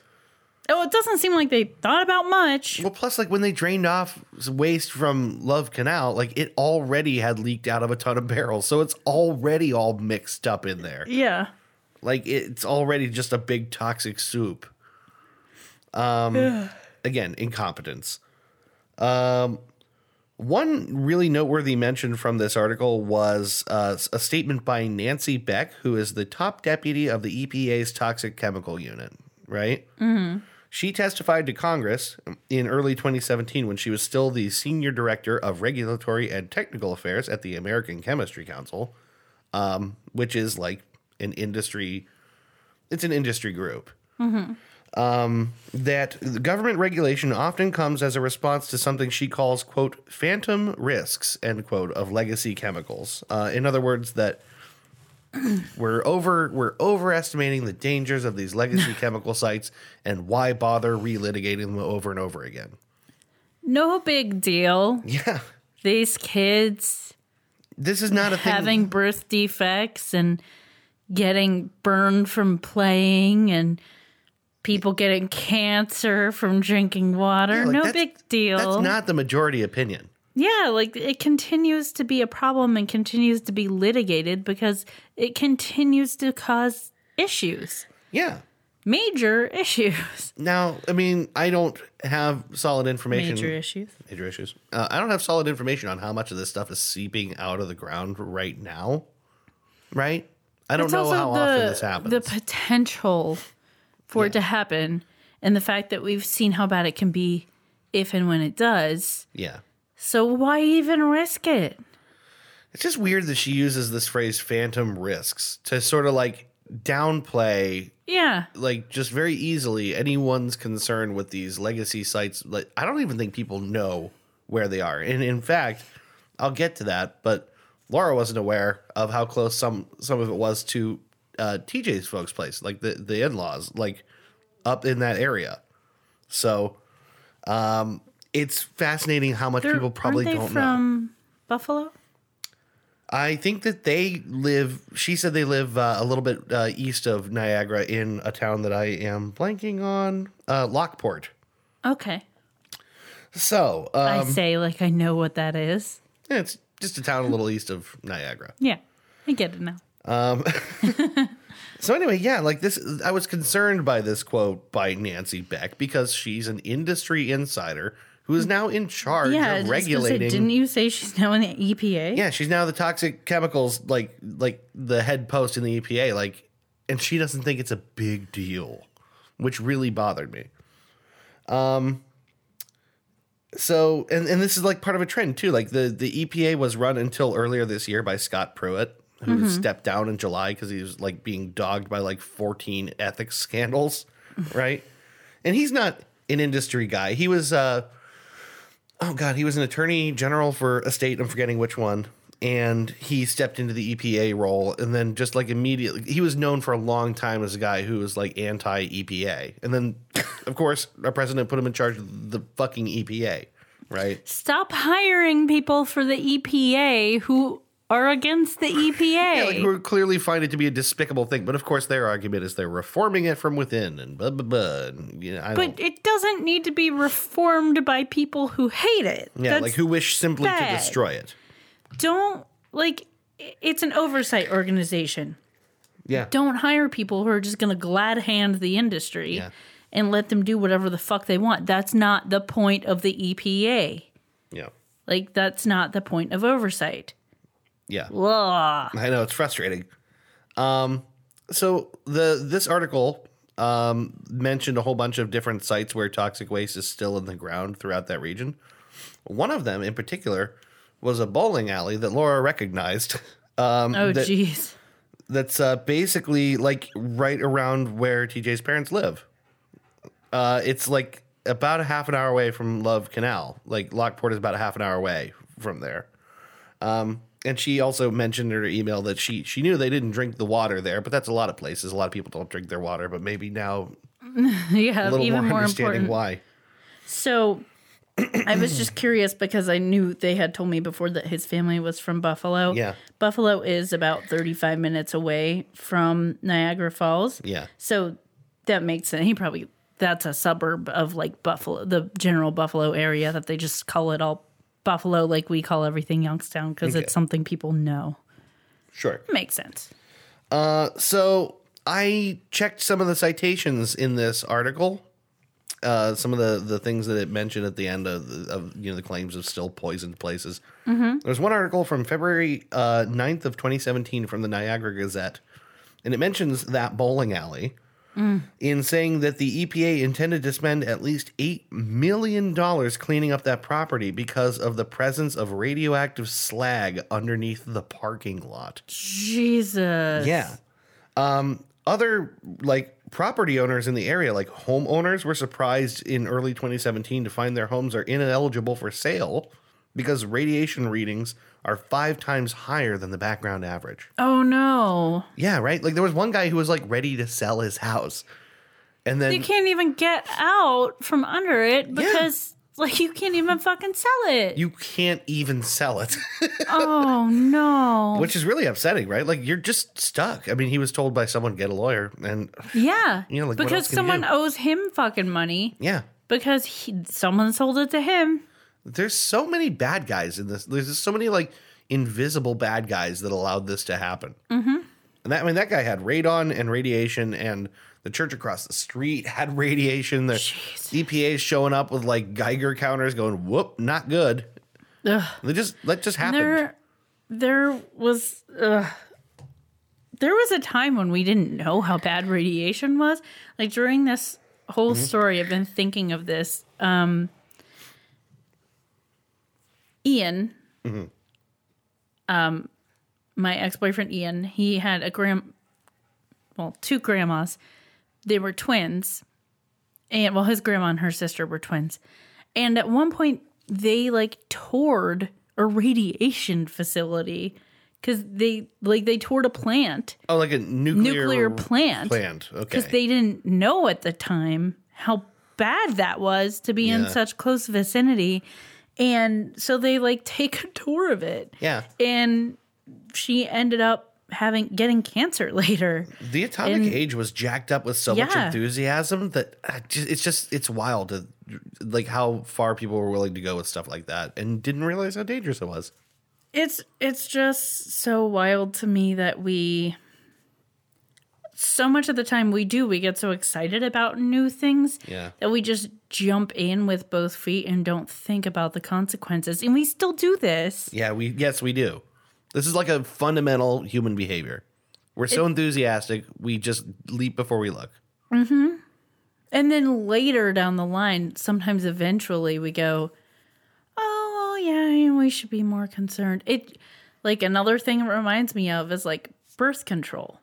oh, it doesn't seem like they thought about much. Well, plus, like when they drained off waste from Love Canal, like it already had leaked out of a ton of barrels, so it's already all mixed up in there. Yeah. Like it's already just a big toxic soup. Um again, incompetence. Um One really noteworthy mention from this article was uh, a statement by Nancy Beck, who is the top deputy of the EPA's toxic chemical unit, right? Mm-hmm. She testified to Congress in early 2017 when she was still the senior director of regulatory and technical affairs at the American Chemistry Council, um, which is like an industry, it's an industry group Mm-hmm. Um, that the government regulation often comes as a response to something she calls quote phantom risks end quote of legacy chemicals uh, in other words that <clears throat> we're over we're overestimating the dangers of these <laughs> legacy chemical sites and why bother relitigating them over and over again No big deal. yeah These kids this is not a thing having birth defects and getting burned from playing and people getting cancer from drinking water. Yeah, like, no that's- big deal. that's not the majority opinion Yeah, like it continues to be a problem and continues to be litigated because it continues to cause issues, yeah major issues. now i mean i don't have solid information Major issues. major issues. Uh, I don't have solid information on how much of this stuff is seeping out of the ground right now. Right? I don't It's know also how often this happens. The potential for it to happen and the fact that we've seen how bad it can be if and when it does. yeah. So why even risk it? It's just weird that she uses this phrase phantom risks to sort of like downplay Yeah. like just very easily anyone's concern with these legacy sites like i don't even think people know where they are and in fact i'll get to that but laura wasn't aware of how close some some of it was to uh, tj's folks place like the the in-laws like up in that area so um it's fascinating how much They're- people probably aren't they don't know from Buffalo? i think that they live she said they live uh, a little bit uh, east of niagara in a town that i am blanking on uh, lockport Okay. So I um, say like I know what that is. yeah, it's just a town a little east of Niagara. Yeah. I get it now. So anyway, yeah, like this, I was concerned by this quote by Nancy Beck because she's an industry insider who is now in charge Hmm. Yeah, I was of just gonna say, regulating. didn't you say she's now in the E EPA? yeah, she's now the toxic chemicals like like the head post in the EPA, like, and she doesn't think it's a big deal, which really bothered me. Um. So and and this is like part of a trend too. Like the the EPA was run until earlier this year by Scott Pruitt, who stepped down in July because he was like being dogged by like fourteen ethics scandals, <laughs> right? And he's not an industry guy. He was uh oh god he was an attorney general for a state i'm forgetting which one and he stepped into the epa role and then just like immediately he was known for a long time as a guy who was like anti-epa and then <coughs> of course our president put him in charge of the fucking epa right Stop hiring people for the EPA who are against the E <laughs> EPA. yeah, like who clearly find it to be a despicable thing but of course their argument is they're reforming it from within and blah blah blah and, you know, I but don't, it doesn't need to be reformed by people who hate it. yeah like who wish simply to bad. destroy it don't like i- it's an oversight organization. yeah Don't hire people who are just going to glad hand the industry Yeah. and let them do whatever the fuck they want. That's not the point of the EPA. yeah Like that's not the point of oversight. yeah Blah. I know it's frustrating. Um, so the this article um, mentioned a whole bunch of different sites where toxic waste is still in the ground throughout that region. One of them, in particular, was a bowling alley that Laura recognized. <laughs> Um, Oh that- jeez. that's uh, basically like right around where TJ's parents live. Uh, it's like about a half an hour away from Love Canal. Like Lockport is about a half an hour away from there. Um, and she also mentioned in her email that she she knew they didn't drink the water there, but that's a lot of places. A lot of people don't drink their water, but maybe now <laughs> a yeah, little even more, more understanding important. why. So I was just curious because I knew they had told me before that his family was from Buffalo. Yeah. Buffalo is about 35 minutes away from Niagara Falls. Yeah, So that makes sense. He probably, that's a suburb of like Buffalo, the general Buffalo area that they just call it all Buffalo like we call everything Youngstown because Okay. it's something people know. sure. Makes sense. So I checked some of the citations in this article, uh, some of the, the things that it mentioned at the end of, the- of you know the claims of still poisoned places. There's one article from February uh, 9th of 2017 from the Niagara Gazette, and it mentions that bowling alley in saying that the EPA intended to spend at least eight million dollars cleaning up that property because of the presence of radioactive slag underneath the parking lot. Jesus. Yeah. Um, other like property owners in the area, like homeowners, were surprised in early 2017 to find their homes are ineligible for sale because radiation readings are five times higher than the background average. Oh no. Yeah, right. Like there was one guy who was like ready to sell his house, and then You can't even get out from under it because like you can't even fucking sell it. you can't even sell it, <laughs> oh no. which is really upsetting, right? Like you're just stuck. I mean, he was told by someone get a lawyer, and yeah. You know, like, what because else can you someone do? owes him fucking money yeah, because he, someone sold it to him. there's so many bad guys in this. There's so many like invisible bad guys that allowed this to happen. Mm-hmm. And that I mean, that guy had radon and radiation, and the church across the street <laughs> had radiation. The EPA is showing up with like Geiger counters, going, "Whoop, not good." Ugh. They just that just happened. There, there was. Ugh. There was a time when we didn't know how bad radiation was. Like during this whole story, I've been thinking of this. Um, Ian, um, my ex boyfriend Ian, he had a grand, well, two grandmas. They were twins, and well, his grandma and her sister were twins. And at one point, they like toured a radiation facility because they like they toured a plant oh, like a nuclear, nuclear plant. plant. Okay, because they didn't know at the time how bad that was to be in Yeah. such close vicinity. And so they like <laughs> take a tour of it. yeah. And she ended up having getting cancer <laughs> later. The atomic age was jacked up with so much Yeah. enthusiasm that uh, ju- it's just it's wild to like how far people were willing to go with stuff like that and didn't realize how dangerous it was. It's it's just so wild to me that we so much of the time we do we get so excited about new things Yeah. that we just jump in with both feet and don't think about the consequences and we still do this. Yeah, we yes we do. This is like a fundamental human behavior. We're so enthusiastic, we just leap before we look. And then later down the line, sometimes eventually we go, "Oh, well, yeah, we should be more concerned." It like another thing it reminds me of is like birth control.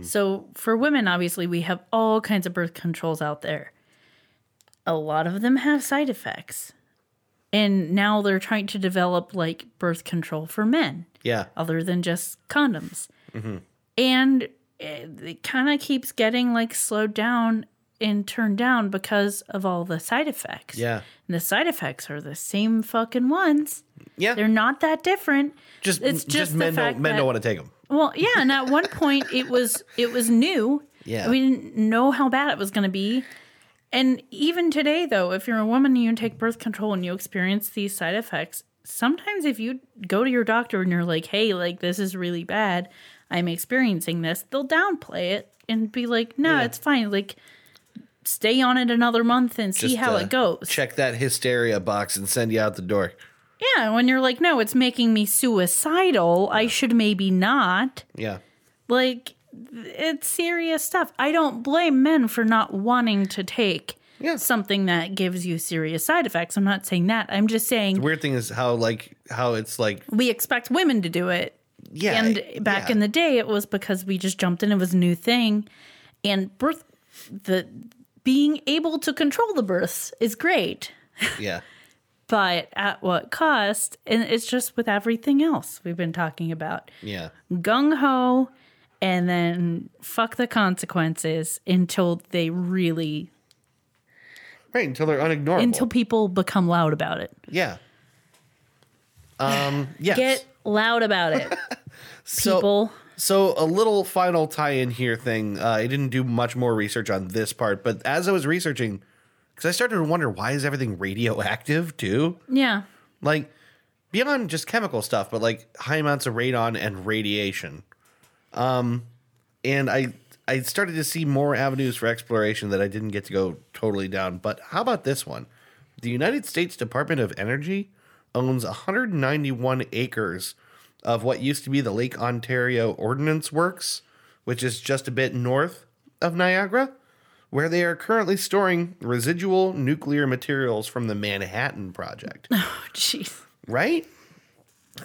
So for women, obviously, we have all kinds of birth controls out there. A lot of them have side effects. And now they're trying to develop like birth control for men Yeah. other than just condoms. And it, it kind of keeps getting like slowed down and turned down because of all the side effects. Yeah. And the side effects are the same fucking ones. Yeah. They're not that different. just it's just, just the men fact don't men that- don't want to take them. Well, yeah, and at one point it was it was new. Yeah. We didn't know how bad it was going to be. And even today though, if you're a woman and you take birth control and you experience these side effects, sometimes if you go to your doctor and you're like, "Hey, like this is really bad. I'm experiencing this." They'll downplay it and be like, "No, it's fine. Like stay on it another month and see Just, how uh, it goes." Check that hysteria box and send you out the door. Yeah, when you're like, "No, it's making me suicidal. I should maybe not." Yeah. Like th- it's serious stuff. I don't blame men for not wanting to take Yeah. something that gives you serious side effects. I'm not saying that. I'm just saying Weird thing is how like how it's like we expect women to do it. yeah and back yeah. in the day it was because we just jumped in it was a new thing and birth the being able to control the births is great, yeah but at what cost? And it's just with everything else we've been talking about. yeah gung ho and then fuck the consequences until they really right until they're unignorable until people become loud about it. Yeah. <sighs> Um, yes. Get loud about <laughs> it, so, people. So a little final tie-in here thing. Uh, I didn't do much more research on this part, but as I was researching, because I started to wonder why is everything radioactive too? yeah. Like beyond just chemical stuff, but like high amounts of radon and radiation. Um, and I I started to see more avenues for exploration that I didn't get to go totally down. But how about this one? The United States Department of Energy owns 191 acres of what used to be the Lake Ontario Ordnance Works, which is just a bit north of Niagara, where they are currently storing residual nuclear materials from the Manhattan Project. Oh, jeez. right?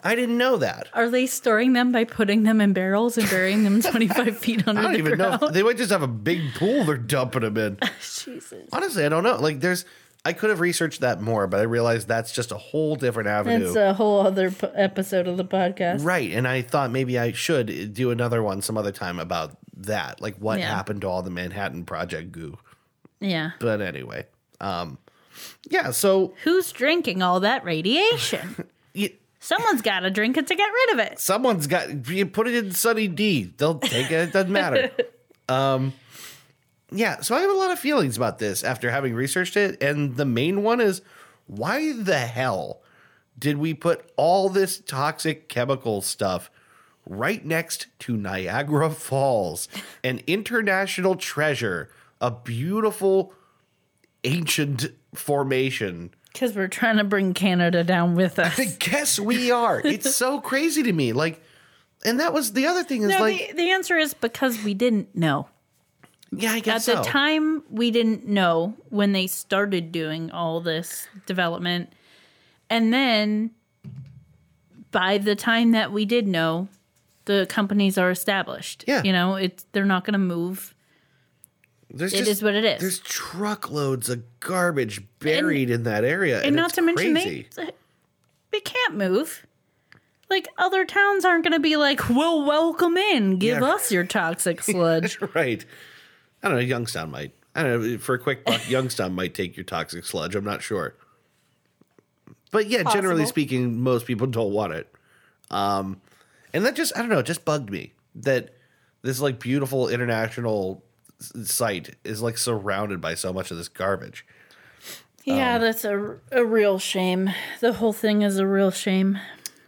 I didn't know that. Are they storing them by putting them in barrels and burying <laughs> them 25 feet under I don't the even know. ground? if- They might just have a big pool they're dumping them in. <laughs> Jesus. Honestly, I don't know. Like, there's, I could have researched that more, but I realized that's just a whole different avenue. That's a whole other p- episode of the podcast. right. And I thought maybe I should do another one some other time about that. Like, what Yeah. happened to all the Manhattan Project goo. Yeah. But anyway, um, yeah. So Who's drinking all that <laughs> radiation? y- Someone's got to drink it to get rid of it. someone's got, you put it in Sunny D. They'll take it. It doesn't matter. um, yeah. So I have a lot of feelings about this after having researched it. And the main one is why the hell did we put all this toxic chemical stuff right next to Niagara <laughs> Falls, an international treasure, a beautiful ancient formation? Because we're trying to bring Canada down with <laughs> us. <laughs> I guess we are. It's so crazy to me. Like, and that was the other thing is No, like, the, the answer is because we didn't know. yeah, I At guess the so. time, we didn't know when they started doing all this development. And then by the time that we did know, the companies are established. Yeah. You know, it's they're not going to move. There's it is what it is. There's truckloads of garbage buried in that area, and, and not it's to mention crazy. they they can't move. Like other towns aren't going to be like, "We'll welcome in, give Yeah. us your toxic sludge." <laughs> right. I don't know. Youngstown might. I don't know. For a quick buck, Youngstown might take your toxic sludge. I'm not sure. But yeah, generally Possible. speaking, most people don't want it. Um, and that just I don't know. It just bugged me that this like beautiful international s- site is like surrounded by so much of this garbage. yeah, Um, that's a a real shame. The whole thing is a real shame.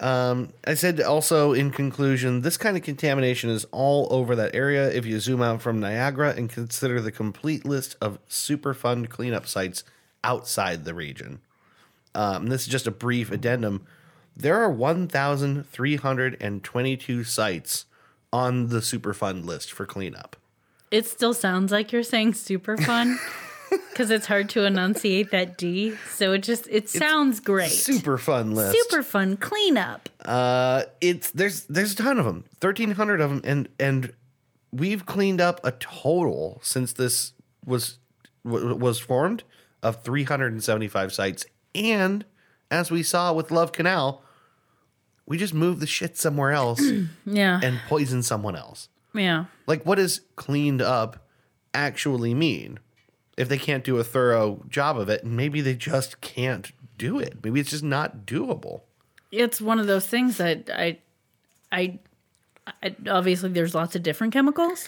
I said also in conclusion, this kind of contamination is all over that area if you zoom out from Niagara and consider the complete list of Superfund cleanup sites outside the region. Um, this is just a brief addendum. There are 1,322 sites on the Superfund list for cleanup. It still sounds like you're saying super <laughs> fun because it's hard to enunciate that D. So it just it sounds great. Superfund list. super fun cleanup. Uh, it's there's there's a ton of them, thirteen hundred of them, and and we've cleaned up a total since this was w- was formed of three hundred and seventy five sites, and as we saw with Love Canal, we just moved the shit somewhere else Yeah. and poisoned someone else. yeah. Like, what does cleaned up actually mean? If they can't do a thorough job of it, and maybe they just can't do it. Maybe it's just not doable. it's one of those things that I, I, I obviously there's lots of different chemicals.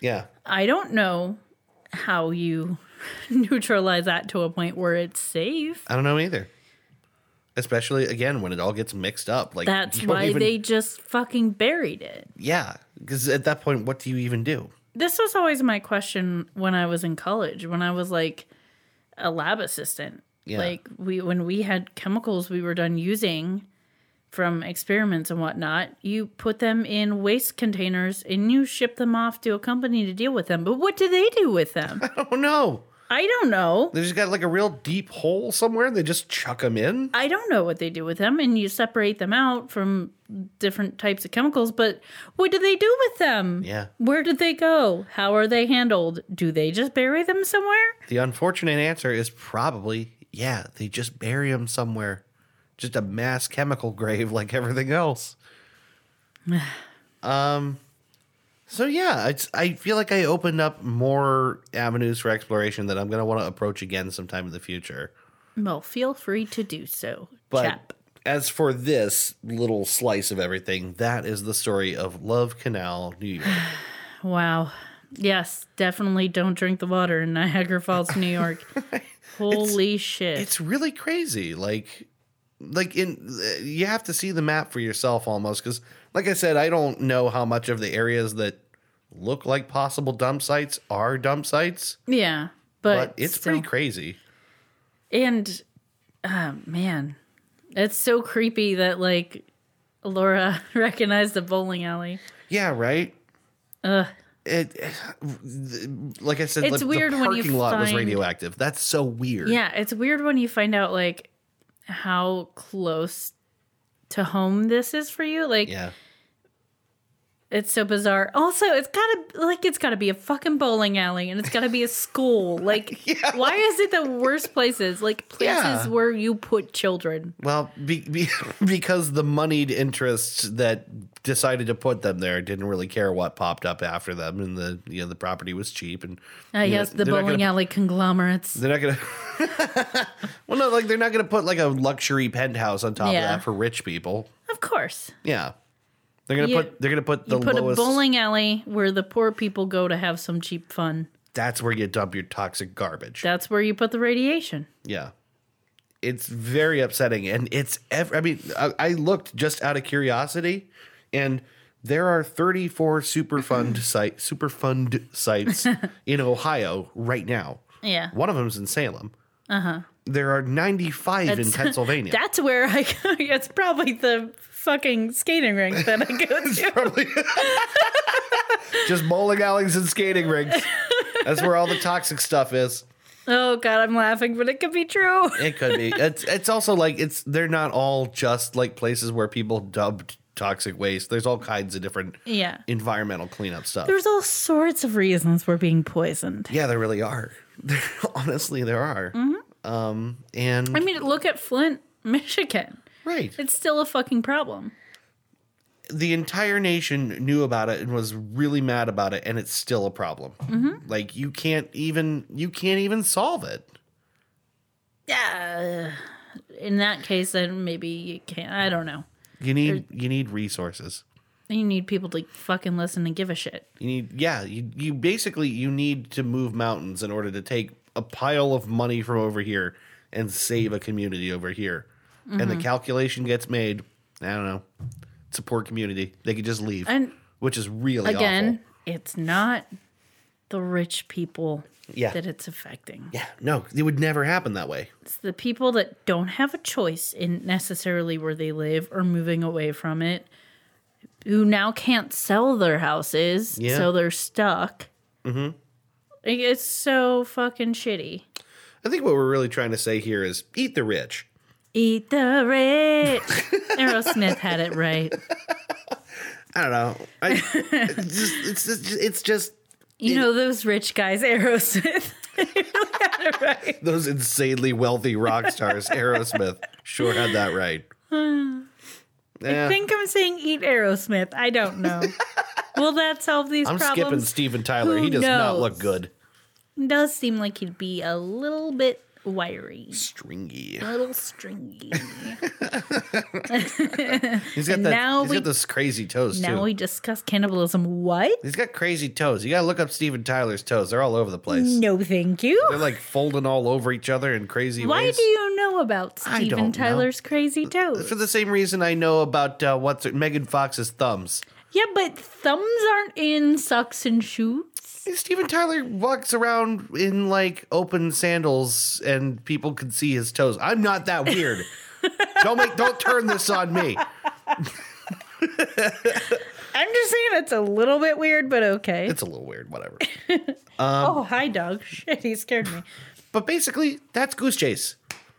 Yeah. I don't know how you <laughs> neutralize that to a point where it's safe. I don't know either. Especially again when it all gets mixed up. Like That's you don't why even- they just fucking buried it. Yeah, because at that point, what do you even do? <laughs> This was always my question when I was in college, when I was like a lab assistant. Yeah. Like we when we had chemicals we were done using from experiments and whatnot, you put them in waste containers and you ship them off to a company to deal with them. But what do they do <laughs> with them? Oh no, I don't know. they just got like a real deep hole somewhere, and they just chuck them in. I don't know what they do with them, and you separate them out from different types of chemicals, but what do they do with them? Yeah. Where did they go? How are they handled? Do they just bury them somewhere? The unfortunate answer is probably yeah. They just bury them somewhere, just a mass chemical grave <laughs> like everything <sighs> else. um. So yeah, it's, I feel like I opened up more avenues for exploration that I'm gonna want to approach again sometime in the future. Well, feel free to do so, But chap. as for this little slice of everything, that is the story of Love Canal, New York. <sighs> Wow. Yes, definitely don't drink the water in Niagara Falls, New York. <laughs> Holy shit. it's really crazy. Like, like in uh, you have to see the map for yourself almost because, like I said, I don't know how much of the areas that look like possible dump sites are dump sites, Yeah. but, But, it's still. pretty crazy. And uh, man, it's so creepy that like Laura <laughs> recognized the bowling alley. Yeah, right. It, <sighs> it- like I said, It's like, the weird when parking you lot was find- radioactive. That's so weird. Yeah, it's weird when you find out like how close to home this is for you. Like yeah. it's so bizarre. Also, it's gotta like it's gotta be a fucking bowling alley and it's gotta be <laughs> a school. Like why is it the worst places? Like places Yeah. where you put children. Well, be, be, <laughs> because the moneyed interests that decided to put them there didn't really care what popped up after them, and the you know the property was cheap, and I you know, guess Uh, the they're not bowling gonna- alley conglomerates. They're not gonna. <laughs> well, no, like they're not gonna put like a luxury penthouse on top Yeah. of that for rich people. Of course. Yeah, they're gonna You- put they're gonna put the You put lowest. a bowling alley where the poor people go to have some cheap fun. that's where you dump your toxic garbage. That's where you put the radiation. Yeah. It's very upsetting. And it's, ev- I mean, I, I looked just out of curiosity, and there are 34 <clears throat> Superfund, site, Superfund <laughs> sites in Ohio right now. Yeah. Uh-huh. One of them's in Salem. Uh huh. There are 95 in Pennsylvania. That's <laughs> where I go. <laughs> It's probably the fucking skating rink that <laughs> I go to. Probably. just bowling alleys and skating rinks. That's where all the toxic stuff is. Oh god, I'm laughing, but it could be true. <laughs> It could be. It's it's also like it's they're not all just like places where people dumped toxic waste. There's all kinds of different Yeah. environmental cleanup stuff. There's all sorts of reasons we're being poisoned. yeah, there <laughs> really are. Honestly, there are. Um, and Mm-hmm. I mean, look at Flint, Michigan. right, It's still a fucking problem. the entire nation knew about it and was really mad about it, and it's still a problem. Mm-hmm. Like you can't even you can't even solve it. Yeah. In that case, then maybe you can't. I don't know. You need you need resources. You need people to fucking listen and give a shit. You need, yeah, you, you basically you need to move mountains in order to take a pile of money from over here and save a community over here. And Mm-hmm. the calculation gets made. I don't know. It's a poor community. They could just leave, And- which is really Again, it's not the rich people Yeah. that it's affecting. awful. Yeah, no, it would never happen that way. It's the people that don't have a choice in necessarily where they live or moving away from it, who now can't sell their houses, Yeah. so they're stuck. Mm-hmm. It's so fucking shitty. I think what we're really trying to say here is eat the rich. Eat the <laughs> rich. Aerosmith had it right. I don't know. I, <laughs> it's just it's just, it's just You know those rich guys, Aerosmith. <laughs> had it right. those insanely wealthy rock <laughs> stars. Aerosmith sure had that right. I Yeah. think I'm saying eat Aerosmith. I don't know. Will that solve these I'm skipping problems? Steven Tyler. Who he does not knows? look good. Does seem like he'd be a little bit wiry, Stringy. a <laughs> little stringy. He's got And that. now he's we- got those crazy toes too. now we discuss cannibalism. What? he's got crazy toes. You gotta look up Steven Tyler's toes. They're all over the place. No, thank They're you. like folding all over each other in crazy Why ways. do you know about I don't know. Steven Tyler's crazy toes? For the same reason I know about uh, what's it, Megan Fox's thumbs. yeah, but thumbs aren't in socks and shoes. Steven Tyler walks around in like open sandals and people can see his toes. I'm not that <laughs> weird. don't make don't turn this on me. I'm just saying it's a little bit weird, but okay. It's um, a little weird, whatever. oh, hi, dog. <laughs> Shit, he scared me. But basically, that's Goose Chase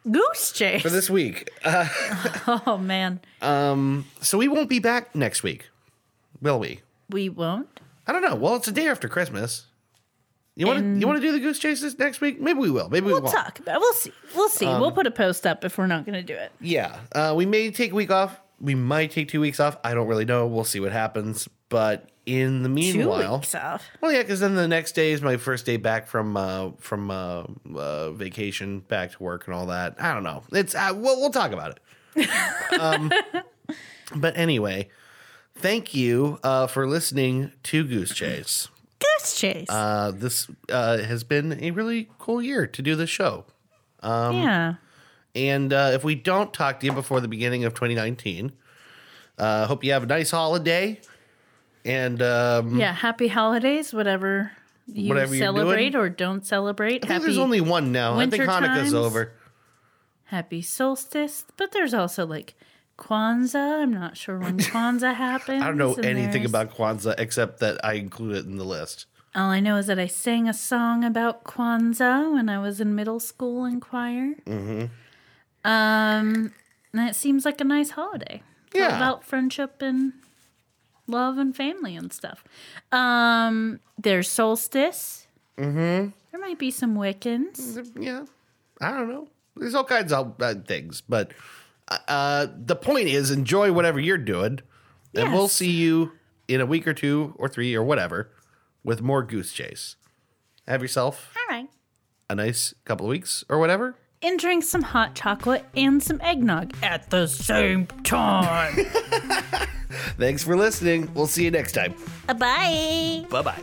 Goose chase. for this week. <laughs> oh man, So we won't be back next week, will we? we won't. I don't know. Well, it's a day after Christmas. You want to you want to do the goose chases next week? Maybe we will. Maybe we We'll won't. talk about. We'll see. We'll see. um, we'll put a post up if we're not going to do it. Yeah, uh, we may take a week off. We might take two weeks off. I don't really know. We'll see what happens. But in the Two meanwhile, weeks off. well, Oh, yeah, because then the next day is my first day back from uh, from uh, uh, vacation, back to work, and all that. I don't know. It's uh, we'll, we'll talk about it. <laughs> um, but anyway, thank you uh, for listening to Goose Chase. Goose chase. Uh, this uh, has been a really cool year to do this show. yeah. And uh, if we don't talk to you before the beginning of 2019, uh, hope you have a nice holiday. And um, Yeah, happy holidays, whatever you Whatever you're celebrate doing. or don't celebrate. I think there's Happy- only one now. I think winter Hanukkah's times. over. happy solstice, but there's also like Kwanzaa. I'm not <laughs> sure when Kwanzaa happens. I don't know and anything there's- about Kwanzaa except that I include it in the list. All I know is that I sang a song about Kwanzaa when I was in middle school in choir. Mm-hmm. Um, and it seems like a nice holiday. It's all Yeah. about friendship and love and family and stuff. Um, there's solstice. Mm-hmm. There might be some Wiccans. Yeah, I don't know. There's all kinds of uh, things, but uh, the point is, enjoy whatever you're doing, and we'll Yes. see you in a week or two or three or whatever with more Goose Chase. Have yourself All right. a nice couple of weeks or whatever. And drink some hot chocolate and some eggnog at the same time. Thanks for listening. We'll see you next time. Bye. Bye bye.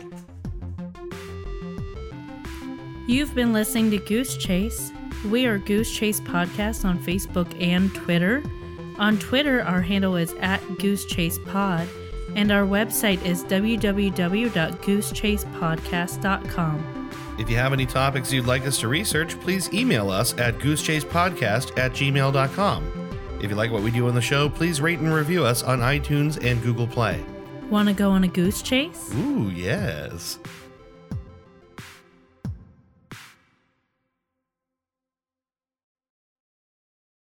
You've been listening to Goose Chase. We are Goose Chase Podcast on Facebook and Twitter. On Twitter, our handle is at Goose Chase Pod, and our website is www.goosechasepodcast.com. If you have any topics you'd like us to research, please email us at goosechasepodcast at gmail.com. If you like what we do on the show, please rate and review us on iTunes and Google Play. Want to go on a goose chase? Ooh, yes.